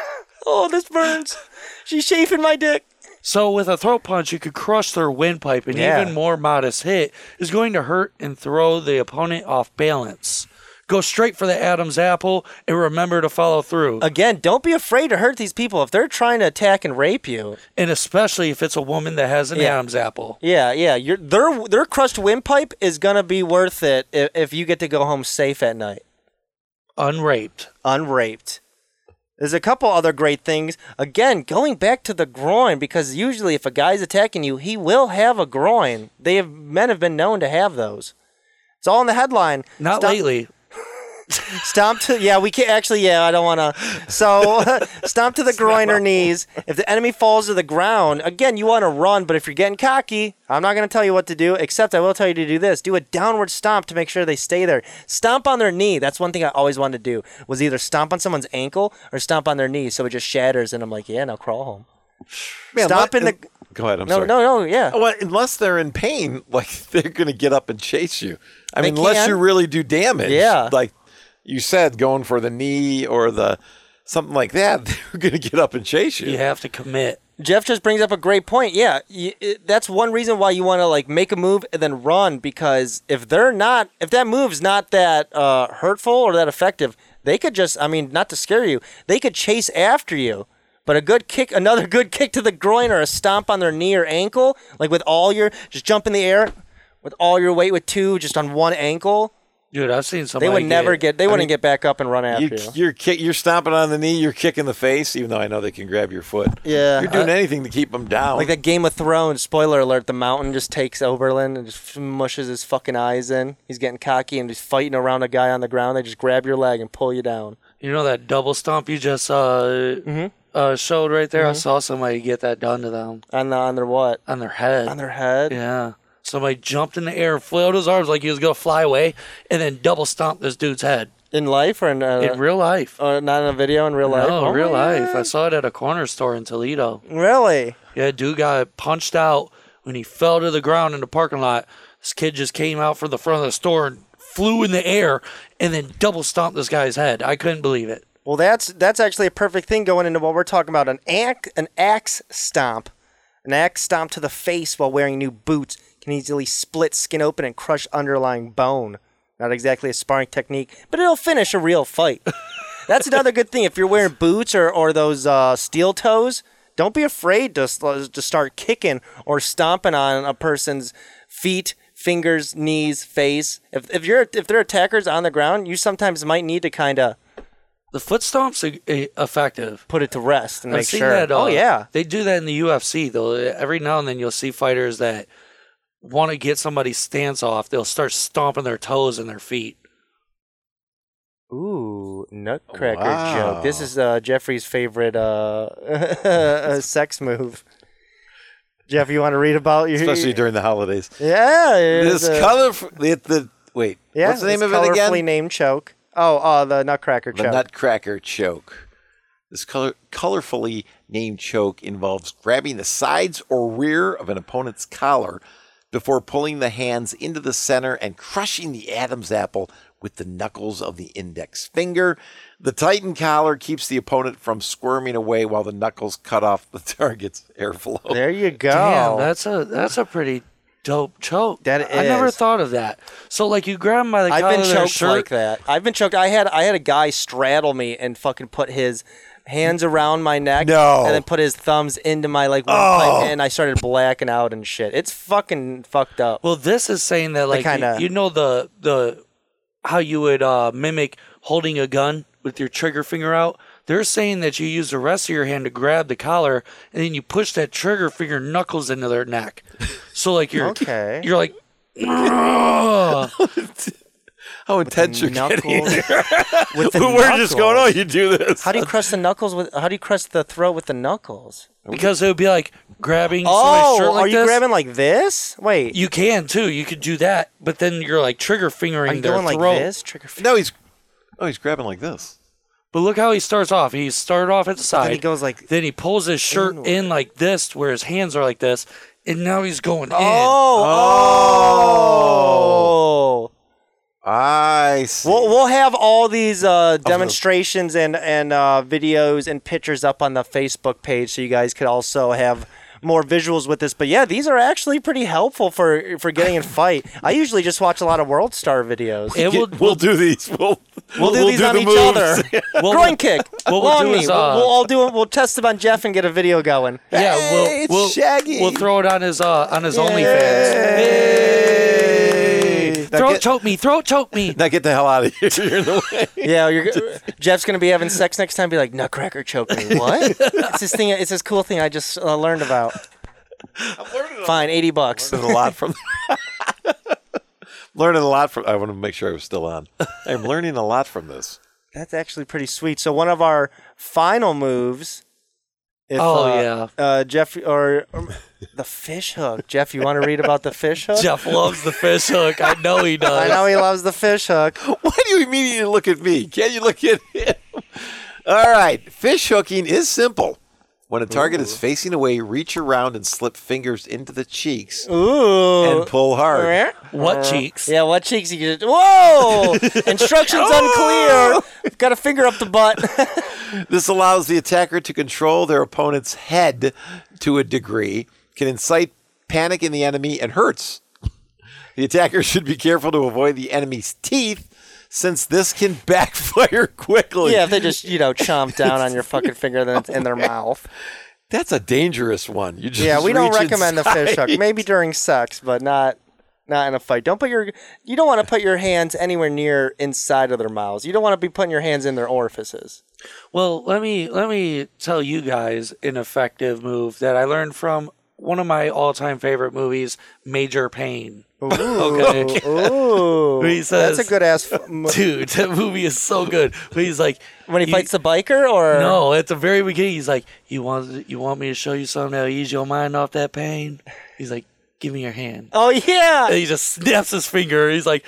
Speaker 3: oh, this burns. She's chafing my dick.
Speaker 1: So with a throat punch, you could crush their windpipe. An
Speaker 3: Yeah.
Speaker 1: even more modest hit is going to hurt and throw the opponent off balance. Go straight for the Adam's apple and remember to follow through.
Speaker 3: Again, don't be afraid to hurt these people if they're trying to attack and rape you.
Speaker 1: And especially if it's a woman that has an
Speaker 3: Yeah.
Speaker 1: Adam's apple.
Speaker 3: Yeah, yeah. Your their their crushed windpipe is gonna be worth it if, if you get to go home safe at night,
Speaker 1: Unraped.
Speaker 3: unraped. There's a couple other great things. Again, going back to the groin because usually if a guy's attacking you, he will have a groin. They have men have been known to have those. It's all in the headline.
Speaker 1: Not
Speaker 3: Stop-
Speaker 1: lately.
Speaker 3: Stomp to yeah, we can't actually yeah, I don't wanna so [LAUGHS] stomp to the groin or knees. If the enemy falls to the ground, again you wanna run, but if you're getting cocky, I'm not gonna tell you what to do, except I will tell you to do this. Do a downward stomp to make sure they stay there. Stomp on their knee. That's one thing I always wanted to do was either stomp on someone's ankle or stomp on their knee so it just shatters and I'm like, Yeah, now crawl home.
Speaker 2: Man,
Speaker 3: Stop
Speaker 2: let-
Speaker 3: in the-
Speaker 2: Go ahead. I'm
Speaker 3: No,
Speaker 2: sorry.
Speaker 3: no, no, yeah.
Speaker 2: Well, unless they're in pain, [LAUGHS] like they're going to get up and chase you. I
Speaker 3: They
Speaker 2: mean, unless
Speaker 3: can.
Speaker 2: you really do damage.
Speaker 3: Yeah.
Speaker 2: Like you said, going for the knee or the something like that, [LAUGHS] they're going to get up and chase you.
Speaker 1: You have to commit.
Speaker 3: Jeff just brings up a great point. Yeah, y it, that's one reason why you want to like make a move and then run because if they're not, if that move's not that uh, hurtful or that effective, they could just, I mean, not to scare you, they could chase after you. But a good kick, another good [LAUGHS] kick to the groin or a stomp on their knee or ankle, like with all your, just jump in the air with all your weight with two, just on one ankle.
Speaker 1: Dude, I've seen
Speaker 3: They
Speaker 1: somebody.
Speaker 3: would never get. They
Speaker 2: I
Speaker 3: wouldn't
Speaker 2: mean,
Speaker 3: get back up and run
Speaker 2: You,
Speaker 3: after you.
Speaker 2: you're kick, you're stomping on the knee. You're kicking the face, even though I know they can grab your foot.
Speaker 3: Yeah,
Speaker 2: you're doing
Speaker 3: I-
Speaker 2: anything to keep them down.
Speaker 3: Like that Game of Thrones. Spoiler alert: the mountain just takes Oberlin and just mushes his fucking eyes in. He's getting cocky and he's fighting around a guy on the ground. They just grab your leg and pull you down.
Speaker 1: You know that double stomp you just uh,
Speaker 3: Mm-hmm.
Speaker 1: uh showed right there. I saw somebody get that done to them
Speaker 3: On the, on their uh, what?
Speaker 1: on their head.
Speaker 3: On their head.
Speaker 1: yeah. Somebody jumped in the air, flailed his arms like he was gonna fly away, and then double stomped this dude's head
Speaker 3: In life or in, uh,
Speaker 1: in real life.
Speaker 3: or not in a video in real life?
Speaker 1: no,
Speaker 3: Oh
Speaker 1: real
Speaker 3: my
Speaker 1: life. I
Speaker 3: God.
Speaker 1: saw it at a corner store in Toledo.
Speaker 3: Really?
Speaker 1: Yeah, dude got punched out when he fell to the ground in the parking lot. This kid just came out from the front of the store and flew in the air and then double stomped this guy's head. I couldn't believe it.
Speaker 3: Well, that's that's actually a perfect thing going into what we're talking about an axe an axe stomp, an axe stomp to the face while wearing new boots can easily split skin open and crush underlying bone. Not exactly a sparring technique, but it'll finish a real fight. [LAUGHS] that's another good thing if you're wearing boots or or those uh, steel toes. Don't be afraid to s- to start kicking or stomping on a person's feet. Fingers, knees, face. If, if you're if they're attackers on the ground, you sometimes might need to kind of
Speaker 1: The foot stomp's e- e- effective.
Speaker 3: put it to rest and
Speaker 1: I've
Speaker 3: make
Speaker 1: seen
Speaker 3: sure.
Speaker 1: that, uh,
Speaker 3: oh yeah,
Speaker 1: they do that in the UFC though. Every now and then you'll see fighters that want to get somebody's stance off. They'll start stomping their toes and their feet.
Speaker 3: ooh, nutcracker
Speaker 2: Wow.
Speaker 3: joke. This is uh, Jeffrey's
Speaker 1: [LAUGHS]
Speaker 3: favorite uh, [LAUGHS] sex move. Jeff, you want to read about your?
Speaker 2: especially during the holidays.
Speaker 3: yeah, it's
Speaker 2: This
Speaker 3: a-
Speaker 2: colorful, the, the wait,
Speaker 3: Yeah,
Speaker 2: what's the
Speaker 3: it's
Speaker 2: name of it again?
Speaker 3: Colorfully named choke. Oh, uh, the nutcracker
Speaker 2: the
Speaker 3: choke.
Speaker 2: Nutcracker choke. This color, colorfully named choke involves grabbing the sides or rear of an opponent's collar before pulling the hands into the center and crushing the Adam's apple with the knuckles of the index finger. The tightened collar keeps the opponent from squirming away while the knuckles cut off the [LAUGHS] target's airflow.
Speaker 3: there you go.
Speaker 1: Damn, that's a that's a pretty dope choke.
Speaker 3: Oh. That
Speaker 1: I never
Speaker 3: is.
Speaker 1: thought of that. So like you grab them by the collar
Speaker 3: I've been
Speaker 1: of their
Speaker 3: choked
Speaker 1: shirt.
Speaker 3: like that. I've been choked. I had I had a guy straddle me and fucking put his hands around my neck
Speaker 2: No.
Speaker 3: and then put his thumbs into my like windpipe and I started blacking out and shit. It's fucking fucked up.
Speaker 1: Well, this is saying that like
Speaker 3: kinda-
Speaker 1: you, you know the the how you would uh, mimic holding a gun with your trigger finger out. They're saying that you use the rest of your hand to grab the collar, and then you push that trigger finger knuckles into their neck. So like you're
Speaker 3: [LAUGHS] Okay.
Speaker 1: you're
Speaker 2: [LAUGHS]
Speaker 1: like. "Ugh."
Speaker 2: How intense you're getting.
Speaker 3: knuckles [LAUGHS] with the
Speaker 2: We're just going, oh,
Speaker 3: knuckles.
Speaker 2: you do this.
Speaker 3: How do you crush the knuckles with? How do you crush the throat with the knuckles?
Speaker 1: because it would be like grabbing somebody's
Speaker 3: Oh,
Speaker 1: shirt like
Speaker 3: are you
Speaker 1: this.
Speaker 3: grabbing like this? Wait,
Speaker 1: you can too. You could do that, but then you're like trigger fingering
Speaker 3: are you
Speaker 1: their
Speaker 3: going like
Speaker 1: throat.
Speaker 3: this? Trigger finger.
Speaker 2: No, he's oh, he's grabbing like this.
Speaker 1: But look how he starts off. He started off at the side.
Speaker 3: then he goes like-
Speaker 1: Then he pulls his shirt in like this, where his hands are like this, and now he's going in.
Speaker 3: Oh, oh.
Speaker 2: I see.
Speaker 3: We'll, we'll have all these uh, demonstrations and and uh, videos and pictures up on the Facebook page, so you guys could also have more visuals with this. But yeah, these are actually pretty helpful for for
Speaker 1: [LAUGHS]
Speaker 3: getting in fight. I usually just watch a lot of World Star videos.
Speaker 1: It will.
Speaker 2: Get- we'll do these. We'll
Speaker 3: We'll do these
Speaker 2: do
Speaker 3: on
Speaker 2: the
Speaker 3: each
Speaker 2: moves.
Speaker 3: other. [LAUGHS]
Speaker 1: [LAUGHS] Well,
Speaker 3: Groin
Speaker 1: we-
Speaker 3: kick.
Speaker 1: we'll
Speaker 3: long
Speaker 1: do
Speaker 3: knee.
Speaker 1: is,
Speaker 3: We'll,
Speaker 1: uh,
Speaker 3: we'll all do it. We'll test them on Jeff and get a video
Speaker 1: [LAUGHS]
Speaker 3: going.
Speaker 1: Yeah, we'll,
Speaker 2: Hey, it's
Speaker 1: we'll,
Speaker 2: Shaggy.
Speaker 1: we'll throw it on his uh on his OnlyFans.
Speaker 2: Hey. Now
Speaker 1: Throat
Speaker 2: get,
Speaker 1: choke me, throat choke me.
Speaker 2: now get the hell out of here. [LAUGHS] You're in the way.
Speaker 3: Yeah, you're, Jeff's gonna be having sex next time. Be like, Nutcracker choke me.
Speaker 1: [LAUGHS]
Speaker 3: What? it's this thing. It's this cool thing I just uh, learned about. Fine, eighty bucks.
Speaker 2: Learning a lot from. [LAUGHS] learning a lot from. I want to make sure I was still on. I'm learning a lot from this.
Speaker 3: That's actually pretty sweet. So one of our final moves. If,
Speaker 1: Oh,
Speaker 3: uh,
Speaker 1: yeah.
Speaker 3: uh, Jeff or, or [LAUGHS] the fish hook. Jeff, you want to read about the fish [LAUGHS] hook?
Speaker 1: Jeff loves the fish hook. I know he does.
Speaker 3: I know he loves the fish hook.
Speaker 2: [LAUGHS] Why do you immediately look at me? Can't you look at him? [LAUGHS] All right. Fish hooking is simple. When a target is facing away, reach around and slip fingers into the cheeks
Speaker 3: Ooh.
Speaker 2: and pull hard.
Speaker 1: What cheeks?
Speaker 3: Yeah, what cheeks you get?
Speaker 2: [LAUGHS]
Speaker 3: Whoa! Instructions
Speaker 2: Oh!
Speaker 3: unclear. Got a finger up the butt. [LAUGHS]
Speaker 2: This allows the attacker to control their opponent's head to a degree, can incite panic in the enemy, and hurts. The attacker [LAUGHS] should be careful to avoid the enemy's teeth, since this can [LAUGHS] backfire quickly.
Speaker 3: yeah, if they just you know chomp down on your fucking finger, then it's in
Speaker 2: [LAUGHS]
Speaker 3: their mouth.
Speaker 2: that's a dangerous one. You just
Speaker 3: Yeah, we don't
Speaker 2: reach
Speaker 3: recommend the
Speaker 2: inside.
Speaker 3: fish hook. Maybe during sex, but not Not in a fight. Don't put your. You don't want to put your hands anywhere near inside of their mouths. You don't want to be putting your hands in their orifices.
Speaker 1: Well, let me let me tell you guys an effective move that I learned from one of my all-time favorite movies, Major Pain. [LAUGHS]
Speaker 3: Ooh, ooh.
Speaker 1: He says-
Speaker 3: that's a good ass. f- mo-
Speaker 1: Dude, that movie is so good. But he's like,
Speaker 3: when he
Speaker 1: you-
Speaker 3: fights the biker, or [LAUGHS]
Speaker 1: No, at the very beginning, he's like, "You want you want me to show you something that'll ease your mind off that pain?" He's like, "Give me your hand."
Speaker 3: Oh yeah.
Speaker 1: And he just snaps his finger. He's like,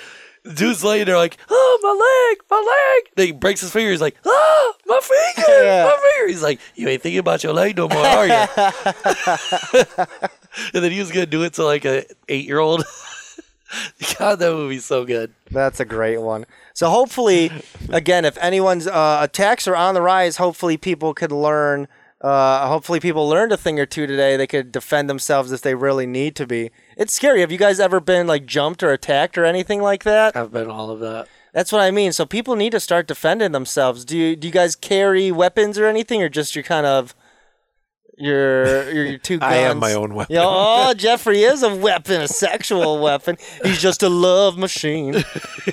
Speaker 1: dude's laying there like, "Oh, my leg, my leg." Then he breaks his finger. He's like, "Ah, my finger,
Speaker 3: [LAUGHS] Yeah.
Speaker 1: my finger." He's like, "You ain't thinking about your leg no more, are you?"
Speaker 3: [LAUGHS]
Speaker 1: and then he was gonna do it to like a eight year old. [LAUGHS] God, that movie's so good.
Speaker 3: That's a great one. So
Speaker 2: [LAUGHS]
Speaker 3: hopefully, again, if anyone's uh, attacks are on the rise, hopefully people could learn. Uh, hopefully people learned a thing or two today. They could defend themselves if they really need to be. It's scary. Have you guys ever been like jumped or attacked or anything like that?
Speaker 1: I've been all of that.
Speaker 3: That's what I mean. So people need to start defending themselves. Do you do you guys carry weapons or anything, or just you're kind of your
Speaker 2: [LAUGHS]
Speaker 3: your two guns?
Speaker 2: [LAUGHS] I have my own
Speaker 3: [LAUGHS]
Speaker 2: weapon.
Speaker 3: Yeah, oh, Jeffrey is a weapon, a sexual [LAUGHS] weapon. He's just a love machine.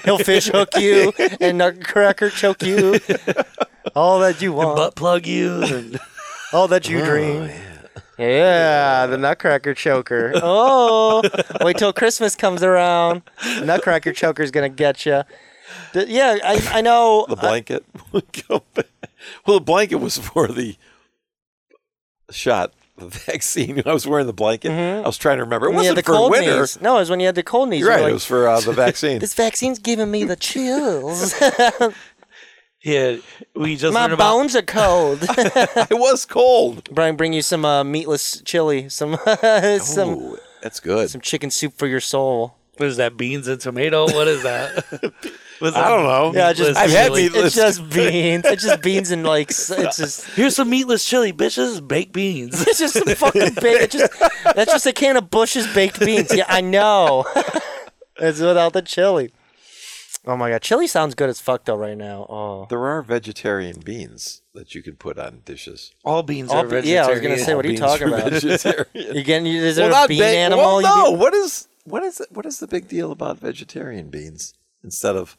Speaker 3: He'll fish hook you and nutcracker choke you. All that you want,
Speaker 1: Butt plug you. And-
Speaker 3: all that you dream. Yeah. the nutcracker choker. Oh, wait till Christmas comes around. Nutcracker choker's gonna get you. Yeah, I, I know.
Speaker 2: [LAUGHS] The blanket. well, the blanket was for the shot, the vaccine. [LAUGHS] I was wearing the blanket. I was trying to remember. It
Speaker 3: when you
Speaker 2: wasn't
Speaker 3: had Mm-hmm. the
Speaker 2: for
Speaker 3: cold
Speaker 2: winter.
Speaker 3: knees. No, it was when you had the cold knees.
Speaker 2: You're
Speaker 3: you were
Speaker 2: right.
Speaker 3: like,
Speaker 2: it was
Speaker 3: [LAUGHS]
Speaker 2: for uh, the vaccine.
Speaker 3: this vaccine's giving me the chills.
Speaker 1: yeah, we just
Speaker 3: My
Speaker 1: learned about
Speaker 3: bones are cold.
Speaker 2: [LAUGHS] it was cold.
Speaker 3: Brian, bring you some uh, meatless chili, some [LAUGHS] some
Speaker 2: Ooh, that's good.
Speaker 3: some chicken soup for your soul.
Speaker 1: What is that? Beans and tomato? What is that? Was
Speaker 2: I
Speaker 1: that-
Speaker 2: don't know.
Speaker 3: Yeah, just
Speaker 2: I've had
Speaker 1: chili.
Speaker 2: meat.
Speaker 3: It's just beans. It's just beans and like s- it's just
Speaker 1: Here's some meatless chili, bitches. Baked beans.
Speaker 3: it's just some fucking ba- it's just that's just a can of Bush's baked beans. Yeah, I know. [LAUGHS] it's without the chili. Oh my god, chili sounds good as fuck though right now. Oh.
Speaker 2: [LAUGHS] There are vegetarian beans that you can put on dishes.
Speaker 1: All beans
Speaker 3: All
Speaker 1: are
Speaker 3: be-
Speaker 1: vegetarian.
Speaker 3: yeah, I was gonna say, what are you
Speaker 2: Beans
Speaker 3: talking
Speaker 2: are
Speaker 3: about?
Speaker 2: [LAUGHS] Vegetarian.
Speaker 3: You getting is there a bean
Speaker 2: ba-
Speaker 3: animal?
Speaker 2: Well,
Speaker 3: you
Speaker 2: no.
Speaker 3: be-
Speaker 2: What is what is what is the big deal about vegetarian beans instead of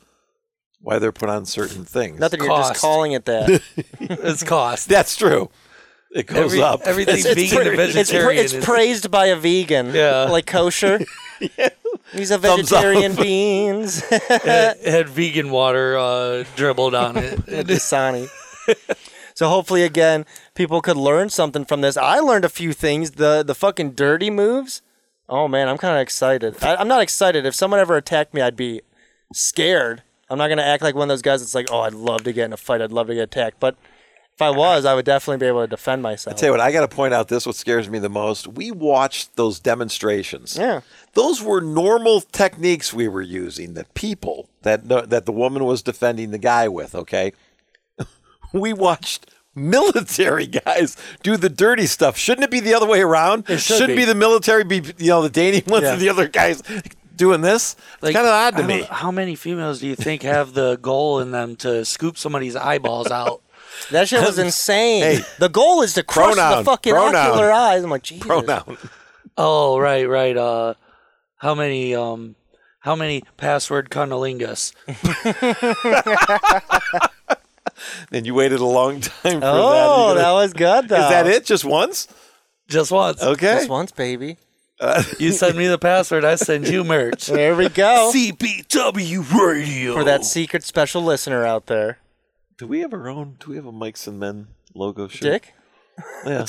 Speaker 2: why they're put on certain things?
Speaker 3: Nothing. You're
Speaker 1: Cost.
Speaker 3: just calling it
Speaker 2: [LAUGHS]
Speaker 3: that.
Speaker 1: It's cost.
Speaker 2: That's true. It goes
Speaker 1: Every-
Speaker 2: up.
Speaker 1: everything's
Speaker 2: It's-
Speaker 1: vegan or
Speaker 2: pretty-
Speaker 3: It's, pra-
Speaker 1: vegetarian.
Speaker 3: it's praised by a vegan.
Speaker 1: Yeah.
Speaker 3: Like
Speaker 2: [LAUGHS]
Speaker 3: kosher. He's a
Speaker 2: Thumbs up.
Speaker 3: vegetarian beans. [LAUGHS]
Speaker 1: had, [LAUGHS] had vegan water uh, dribbled on it.
Speaker 3: Dasani. [LAUGHS] so hopefully again, people could learn something from this. I learned a few things. The the fucking dirty moves. Oh man, I'm kind of excited. I, I'm not excited. If someone ever attacked me, I'd be scared. I'm not gonna act like one of those guys that's like, oh, I'd love to get in a fight. I'd love to get attacked. But if I was, I would definitely be able to defend myself.
Speaker 2: Tell you what, I got to point out this. What scares me the most? We watched those demonstrations.
Speaker 3: Yeah.
Speaker 2: those were normal techniques we were using. The people that that the woman was defending the guy with. Okay, [LAUGHS] we watched military guys do the dirty stuff. Shouldn't it be the other way around? It
Speaker 1: should
Speaker 2: not
Speaker 1: be.
Speaker 2: be. the military be you know the dainty [LAUGHS] ones
Speaker 1: Yeah.
Speaker 2: and the other guys doing this. it's kind of odd
Speaker 1: I don't-
Speaker 2: to me. [LAUGHS]
Speaker 1: How many females do you think have the goal in them to scoop somebody's eyeballs out?
Speaker 3: That shit was insane.
Speaker 2: [LAUGHS] Hey.
Speaker 3: the goal is to crush the
Speaker 2: Pronoun.
Speaker 3: fucking
Speaker 2: Pronoun.
Speaker 3: ocular eyes. I'm like, Jesus.
Speaker 2: Pronoun.
Speaker 1: [LAUGHS] Oh, right, right. Uh, how many? Um, how many password cunnilingus?
Speaker 2: And you waited a long [LAUGHS] time for
Speaker 3: Oh,
Speaker 2: that.
Speaker 3: that was good though.
Speaker 2: Is that it? Just once?
Speaker 1: Just once.
Speaker 2: Okay. Uh,
Speaker 3: Just once, baby.
Speaker 1: You send me the password, I send you
Speaker 3: [LAUGHS]
Speaker 1: merch.
Speaker 3: There
Speaker 1: [LAUGHS]
Speaker 3: we
Speaker 2: [LAUGHS]
Speaker 3: go.
Speaker 1: CBW Radio.
Speaker 3: for
Speaker 2: Oh.
Speaker 3: that secret special listener out there.
Speaker 2: Do we have our own? Do we have a Mikes and Men logo shirt?
Speaker 3: Dick? [LAUGHS]
Speaker 2: Yeah.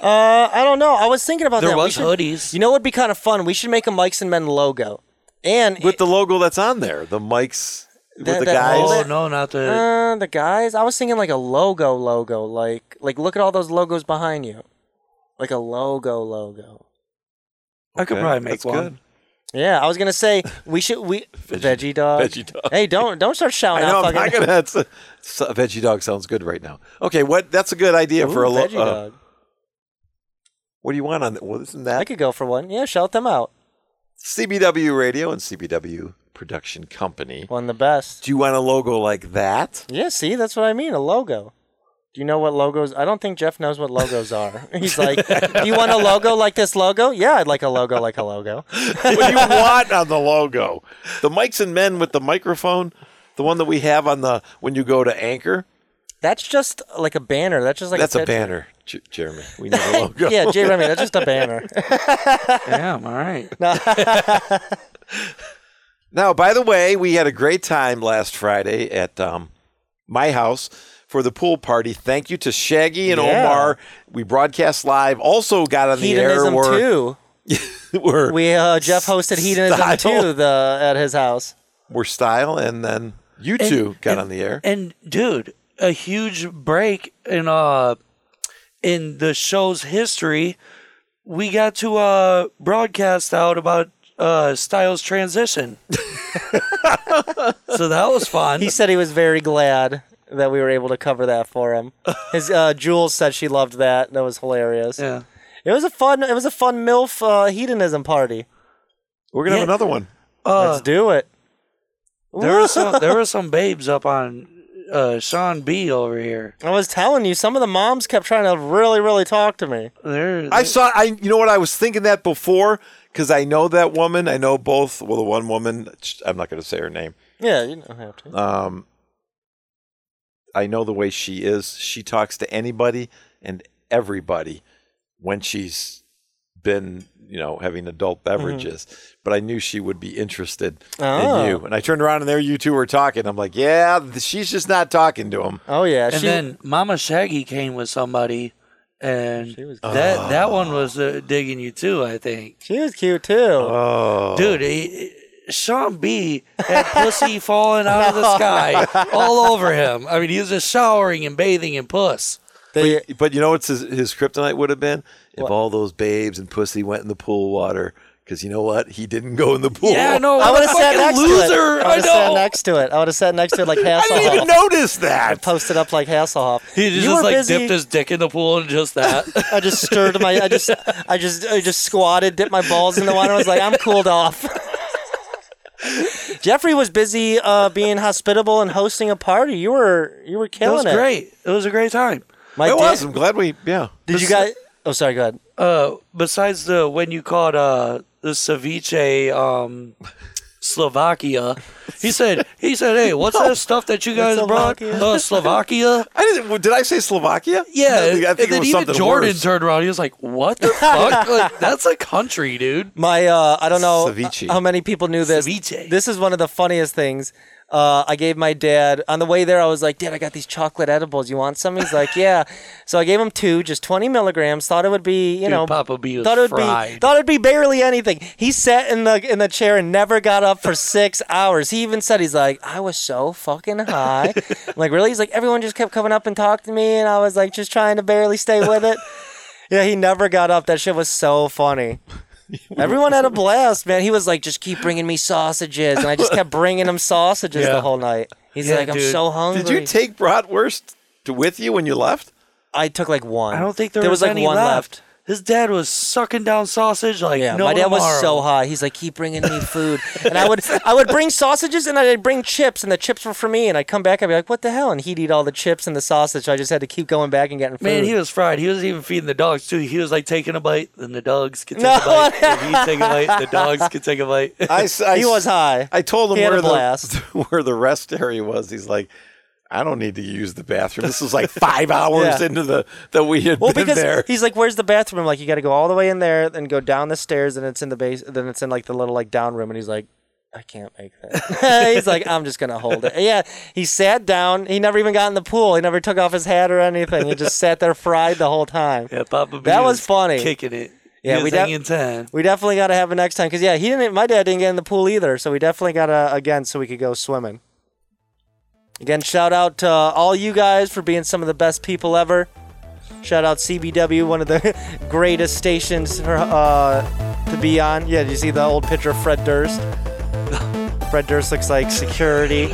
Speaker 3: Uh, I don't know. I was thinking about
Speaker 1: There
Speaker 3: that. We
Speaker 1: was
Speaker 3: should-
Speaker 1: hoodies.
Speaker 3: You know what'd be kind of fun? We should make a Mikes and Men logo. And
Speaker 2: with the logo that's on there, the Mikes
Speaker 3: That-
Speaker 2: with the
Speaker 3: that
Speaker 2: guys.
Speaker 1: oh
Speaker 3: whole-
Speaker 1: no, not the.
Speaker 3: uh, the guys, I was thinking like a logo logo, like like look at all those logos behind you. Like a logo logo.
Speaker 1: I could
Speaker 2: Okay,
Speaker 1: probably make
Speaker 2: that's
Speaker 1: one.
Speaker 2: good.
Speaker 3: Yeah, I was gonna
Speaker 2: [LAUGHS]
Speaker 3: say we should we veggie, dog.
Speaker 2: Veggie dog.
Speaker 3: [LAUGHS] Hey, don't don't start
Speaker 2: [LAUGHS] I
Speaker 3: shouting
Speaker 2: know.
Speaker 3: out
Speaker 2: I'm not
Speaker 3: fucking
Speaker 2: gonna. That's a, so- veggie dog sounds good right now. Okay, what? That's a good idea for a
Speaker 3: Ooh, veggie
Speaker 2: logo. Uh,
Speaker 3: dog.
Speaker 2: what do you want on that? Well, isn't
Speaker 3: I
Speaker 2: that
Speaker 3: could go for one. Yeah, shout them out.
Speaker 2: CBW Radio and CBW Production Company?
Speaker 3: One of the best. [LAUGHS]
Speaker 2: Do you want a logo like that?
Speaker 3: Yeah, see, that's what I mean, a logo. Do you know what logos? I don't think Jeff knows what logos
Speaker 2: [LAUGHS]
Speaker 3: are. He's like, "Do you want a logo like this logo? Yeah, I'd like a logo like a logo."
Speaker 2: what do you want on the logo? The mics and men with the microphone, the one that we have on the when you go to anchor.
Speaker 3: That's just like a banner. That's just like
Speaker 2: That's a
Speaker 3: picture.
Speaker 2: banner, J- Jeremy. We
Speaker 3: [LAUGHS]
Speaker 2: need a logo.
Speaker 3: Yeah, Jay Remy, that's just a
Speaker 2: [LAUGHS]
Speaker 3: banner.
Speaker 1: Damn, all [LAUGHS] right.
Speaker 2: Now, by the way, we had a great time last Friday at um, my house for the pool party. Thank you to Shaggy and
Speaker 3: Yeah.
Speaker 2: Omar. We broadcast live. Also got on
Speaker 3: Hedonism
Speaker 2: the air. We're,
Speaker 3: too.
Speaker 2: [LAUGHS] we're,
Speaker 3: We uh, Jeff
Speaker 2: [LAUGHS]
Speaker 3: hosted Hedonism
Speaker 2: Style.
Speaker 3: too the at his house.
Speaker 2: we're style, and then you two got on the air.
Speaker 1: And dude, a huge break in uh in the show's history. We got to uh broadcast out about uh Styles transition. so that was fun.
Speaker 3: He said he was very glad that we were able to cover that for him. His uh, Jules said she loved that. That was hilarious.
Speaker 1: yeah.
Speaker 3: It was a fun. It was a fun milf uh, hedonism party.
Speaker 2: we're gonna have
Speaker 1: yeah.
Speaker 2: another one.
Speaker 1: Uh,
Speaker 3: Let's do it.
Speaker 1: there were some there were some babes up on uh Sean B over here.
Speaker 3: I was telling you, some of the moms kept trying to really, really talk to me.
Speaker 1: There
Speaker 2: I saw. I you know what I was thinking that before because I know that woman. I know both. Well, the one woman. I'm not gonna say her name.
Speaker 3: Yeah, you don't have to.
Speaker 2: um, I know the way she is. She talks to anybody and everybody when she's been, you know, having adult beverages. But I knew she would be interested
Speaker 3: Oh.
Speaker 2: in you. And I turned around and there you two were talking. I'm like, yeah, th- she's just not talking to him.
Speaker 3: Oh yeah,
Speaker 1: and
Speaker 3: she,
Speaker 1: then Mama Shaggy came with somebody and
Speaker 3: was
Speaker 1: that that one was uh, digging you too, I think.
Speaker 3: she was cute too.
Speaker 2: Oh,
Speaker 1: Dude, he, Sean B had
Speaker 3: [LAUGHS]
Speaker 1: pussy falling out of the sky all over him. I mean, he was just showering and bathing in puss.
Speaker 3: They-
Speaker 2: but you know what's his, his kryptonite would have been if all those babes and pussy went in the pool water. Because you know what, he didn't go in the [LAUGHS] pool.
Speaker 1: Yeah, no,
Speaker 3: I would
Speaker 1: what a
Speaker 3: have sat
Speaker 1: fucking
Speaker 3: next to it.
Speaker 1: loser.
Speaker 3: I
Speaker 1: I
Speaker 3: would have sat
Speaker 1: know.
Speaker 3: next to it. I would have sat next
Speaker 1: [LAUGHS]
Speaker 3: to it like
Speaker 2: I didn't even
Speaker 3: Hasselhoff.
Speaker 2: notice that.
Speaker 3: Posted up like Hasselhoff.
Speaker 1: He just,
Speaker 3: You
Speaker 1: just
Speaker 3: were
Speaker 1: like
Speaker 3: busy.
Speaker 1: dipped his dick in the pool and just
Speaker 3: [LAUGHS]
Speaker 1: that.
Speaker 3: I just stirred my. I
Speaker 1: [LAUGHS]
Speaker 3: just. I just. I just squatted, dipped my balls in the water. I was like, I'm cooled off. [LAUGHS] Jeffrey was busy uh, being hospitable and hosting a party. You were. You were
Speaker 1: it
Speaker 3: killing
Speaker 1: was
Speaker 3: it.
Speaker 1: great. It was a great time.
Speaker 3: My
Speaker 2: it
Speaker 3: dad-
Speaker 2: was. I'm glad we. Yeah.
Speaker 3: Did you guys? Oh, sorry. Go ahead.
Speaker 1: Uh, besides the when you caught uh the ceviche um Slovakia, he said he said, "Hey, what's that stuff that you guys brought?
Speaker 3: Slovakia. [LAUGHS]
Speaker 1: Uh, Slovakia."
Speaker 2: I didn't. Did I say Slovakia?
Speaker 1: Yeah,
Speaker 2: I think, I think
Speaker 1: and
Speaker 2: it
Speaker 1: then
Speaker 2: was
Speaker 1: even
Speaker 2: something
Speaker 1: Jordan
Speaker 2: worse.
Speaker 1: turned around. He was like, "What the
Speaker 3: [LAUGHS]
Speaker 1: fuck? like, that's a country, dude."
Speaker 3: My uh, I don't know
Speaker 2: Ceviche.
Speaker 3: how many people knew this.
Speaker 1: Ceviche.
Speaker 3: This is one of the funniest things. Uh, I gave my dad on the way there. I was like, "Dad, I got these chocolate edibles. You want some?" He's like, "Yeah." So I gave him two, just twenty milligrams. Thought it would be, you
Speaker 1: Dude,
Speaker 3: know,
Speaker 1: Papa B was
Speaker 3: thought it would be,
Speaker 1: fried.
Speaker 3: thought it'd be barely anything. He sat in the in the chair and never got up
Speaker 1: [LAUGHS]
Speaker 3: for six hours. He even said, "He's like, I was so fucking
Speaker 1: [LAUGHS]
Speaker 3: high." I'm like, really? He's like, everyone just kept coming up and talking to me, and I was like, just trying to barely stay
Speaker 1: [LAUGHS]
Speaker 3: with it. Yeah, he never got up. That shit was so
Speaker 1: [LAUGHS]
Speaker 3: funny. Everyone had a blast, man. He was like, just keep bringing me sausages. And I just kept bringing him sausages the
Speaker 1: [LAUGHS] Yeah.
Speaker 3: whole night. He's
Speaker 1: Yeah,
Speaker 3: like, I'm
Speaker 1: dude.
Speaker 3: so hungry.
Speaker 2: Did you take bratwurst to, with you when you left?
Speaker 3: I took like one.
Speaker 1: I don't think there, was,
Speaker 3: like
Speaker 1: any
Speaker 3: one
Speaker 1: left. His dad was sucking down sausage like
Speaker 3: Yeah,
Speaker 1: no
Speaker 3: my dad
Speaker 1: tomorrow.
Speaker 3: was so high. He's like, keep
Speaker 1: [LAUGHS]
Speaker 3: bringing me food, and I would, I would bring sausages, and I'd bring chips, and the chips were for me. And I'd come back, I'd be like, what the hell? And he'd eat all the chips and the sausage. So I just had to keep going back and getting food.
Speaker 1: Man, he was fried. He was even feeding the dogs too. He was like taking a bite, then the dogs could take
Speaker 3: No.
Speaker 1: a bite. Then he'd take a bite, the dogs could take a bite. [LAUGHS]
Speaker 2: I, s- I
Speaker 3: He
Speaker 2: s-
Speaker 3: was high.
Speaker 2: I told him
Speaker 3: He had a
Speaker 2: where
Speaker 3: blast.
Speaker 2: the [LAUGHS] where the rest area was. He's like, I don't need to use the bathroom. This was like five [LAUGHS] hours
Speaker 3: Yeah.
Speaker 2: into the that we had
Speaker 3: Well,
Speaker 2: been
Speaker 3: because
Speaker 2: there.
Speaker 3: he's like, "Where's the bathroom?" I'm like, "You got to go all the way in there, then go down the stairs, and it's in the base, then it's in like the little like down room." And he's like, "I can't make that." [LAUGHS] he's like, "I'm just gonna hold it." Yeah, he sat down. He never even got in the pool. He never took off his hat or anything. He just sat there fried the whole time.
Speaker 1: yeah, Papa B
Speaker 3: That was funny.
Speaker 1: Kicking it. he
Speaker 3: Yeah, we
Speaker 1: was
Speaker 3: def-
Speaker 1: hanging ten.
Speaker 3: We definitely got to have it next time because yeah, he didn't. My dad didn't get in the pool either, so we definitely got to again so we could go swimming. Again, shout out to all you guys for being some of the best people ever. Shout out CBW, one of the [LAUGHS] greatest stations for, uh, to be on. Yeah, did you see the old picture of Fred Durst? [LAUGHS] Fred Durst looks like security.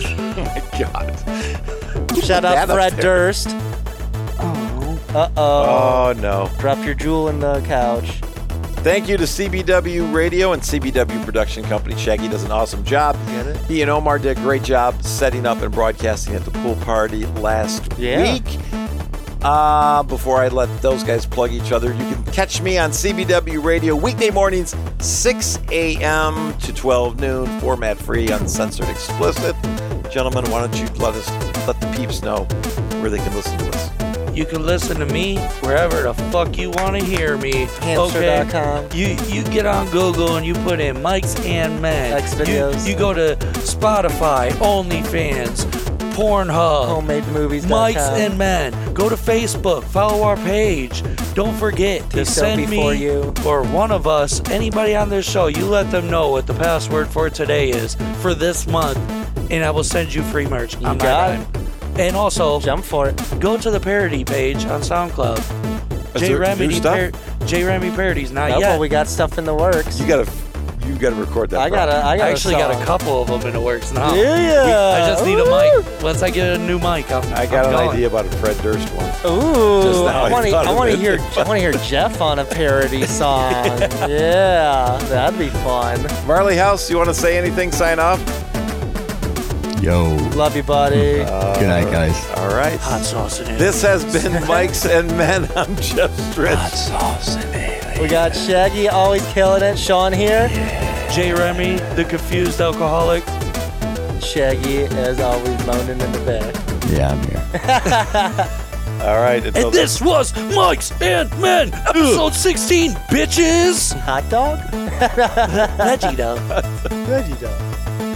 Speaker 2: God.
Speaker 3: Shout
Speaker 2: [LAUGHS] That
Speaker 3: out
Speaker 2: up
Speaker 3: Fred
Speaker 2: there.
Speaker 3: Durst. Uh oh.
Speaker 2: Oh no.
Speaker 3: Drop your jewel in the couch.
Speaker 2: Thank you to CBW Radio and CBW Production Company. Shaggy does an awesome job.
Speaker 3: Get it?
Speaker 2: He and Omar did a great job setting up and broadcasting at the pool party last
Speaker 3: Yeah.
Speaker 2: week. Uh, before I let those guys plug each other, you can catch me on CBW Radio weekday mornings, 6 a.m. to 12 noon, format free, uncensored, explicit. Gentlemen, why don't you let us let the peeps know where they can listen to us?
Speaker 1: You can listen to me wherever the fuck you want to hear me.
Speaker 3: Hamster.com.
Speaker 1: You you get on Google and you put in Mike's and Men.
Speaker 3: X videos.
Speaker 1: You, you go to Spotify, OnlyFans, Pornhub.
Speaker 3: Homemade movies.
Speaker 1: Mike's and Men. Go to Facebook, follow our page. Don't forget to
Speaker 3: Please don't
Speaker 1: send
Speaker 3: before
Speaker 1: me
Speaker 3: you.
Speaker 1: or one of us, anybody on this show, you let them know what the password for today is for this month, and I will send you free merch. You I'm
Speaker 3: got
Speaker 1: not And also,
Speaker 3: jump for it.
Speaker 1: go to the parody page on SoundCloud.
Speaker 2: Is
Speaker 1: J
Speaker 2: there new
Speaker 1: Remedy,
Speaker 2: stuff?
Speaker 1: par- J Remedy parodies, not
Speaker 3: That's
Speaker 1: yet.
Speaker 3: what we got stuff in the works.
Speaker 2: You gotta, you gotta record that.
Speaker 3: I got
Speaker 2: bro.
Speaker 3: a, I got
Speaker 1: I actually
Speaker 3: a
Speaker 1: got
Speaker 3: song.
Speaker 1: a couple of them in the works now.
Speaker 3: Do ya?
Speaker 1: I just need a
Speaker 3: Ooh.
Speaker 1: mic. Once I get a new mic, I'm,
Speaker 2: I got
Speaker 1: I'm
Speaker 2: an
Speaker 1: going.
Speaker 2: idea about a Fred Durst one. Just
Speaker 3: Ooh,
Speaker 2: now I
Speaker 3: I want to.
Speaker 2: thought
Speaker 3: I
Speaker 2: of
Speaker 3: want to
Speaker 2: it.
Speaker 3: hear. I want to hear Jeff on a parody song. yeah, that'd be fun.
Speaker 2: Marley House, you want to say anything? Sign off.
Speaker 5: Yo.
Speaker 3: Love you, buddy.
Speaker 5: Good night, guys.
Speaker 2: All right.
Speaker 1: Hot sauce in it.
Speaker 2: This has been Mike's and Men. I'm Jeff Stritch.
Speaker 4: sauce and
Speaker 3: we got Shaggy always killing it. Sean here.
Speaker 1: J Remy, the confused alcoholic.
Speaker 3: Shaggy as always moaning in the back.
Speaker 5: Yeah, I'm here.
Speaker 2: All right. Until
Speaker 1: And this was Mike's and Men, episode 16, bitches.
Speaker 3: Hot dog?
Speaker 1: Veggie though.
Speaker 3: Veggie dog.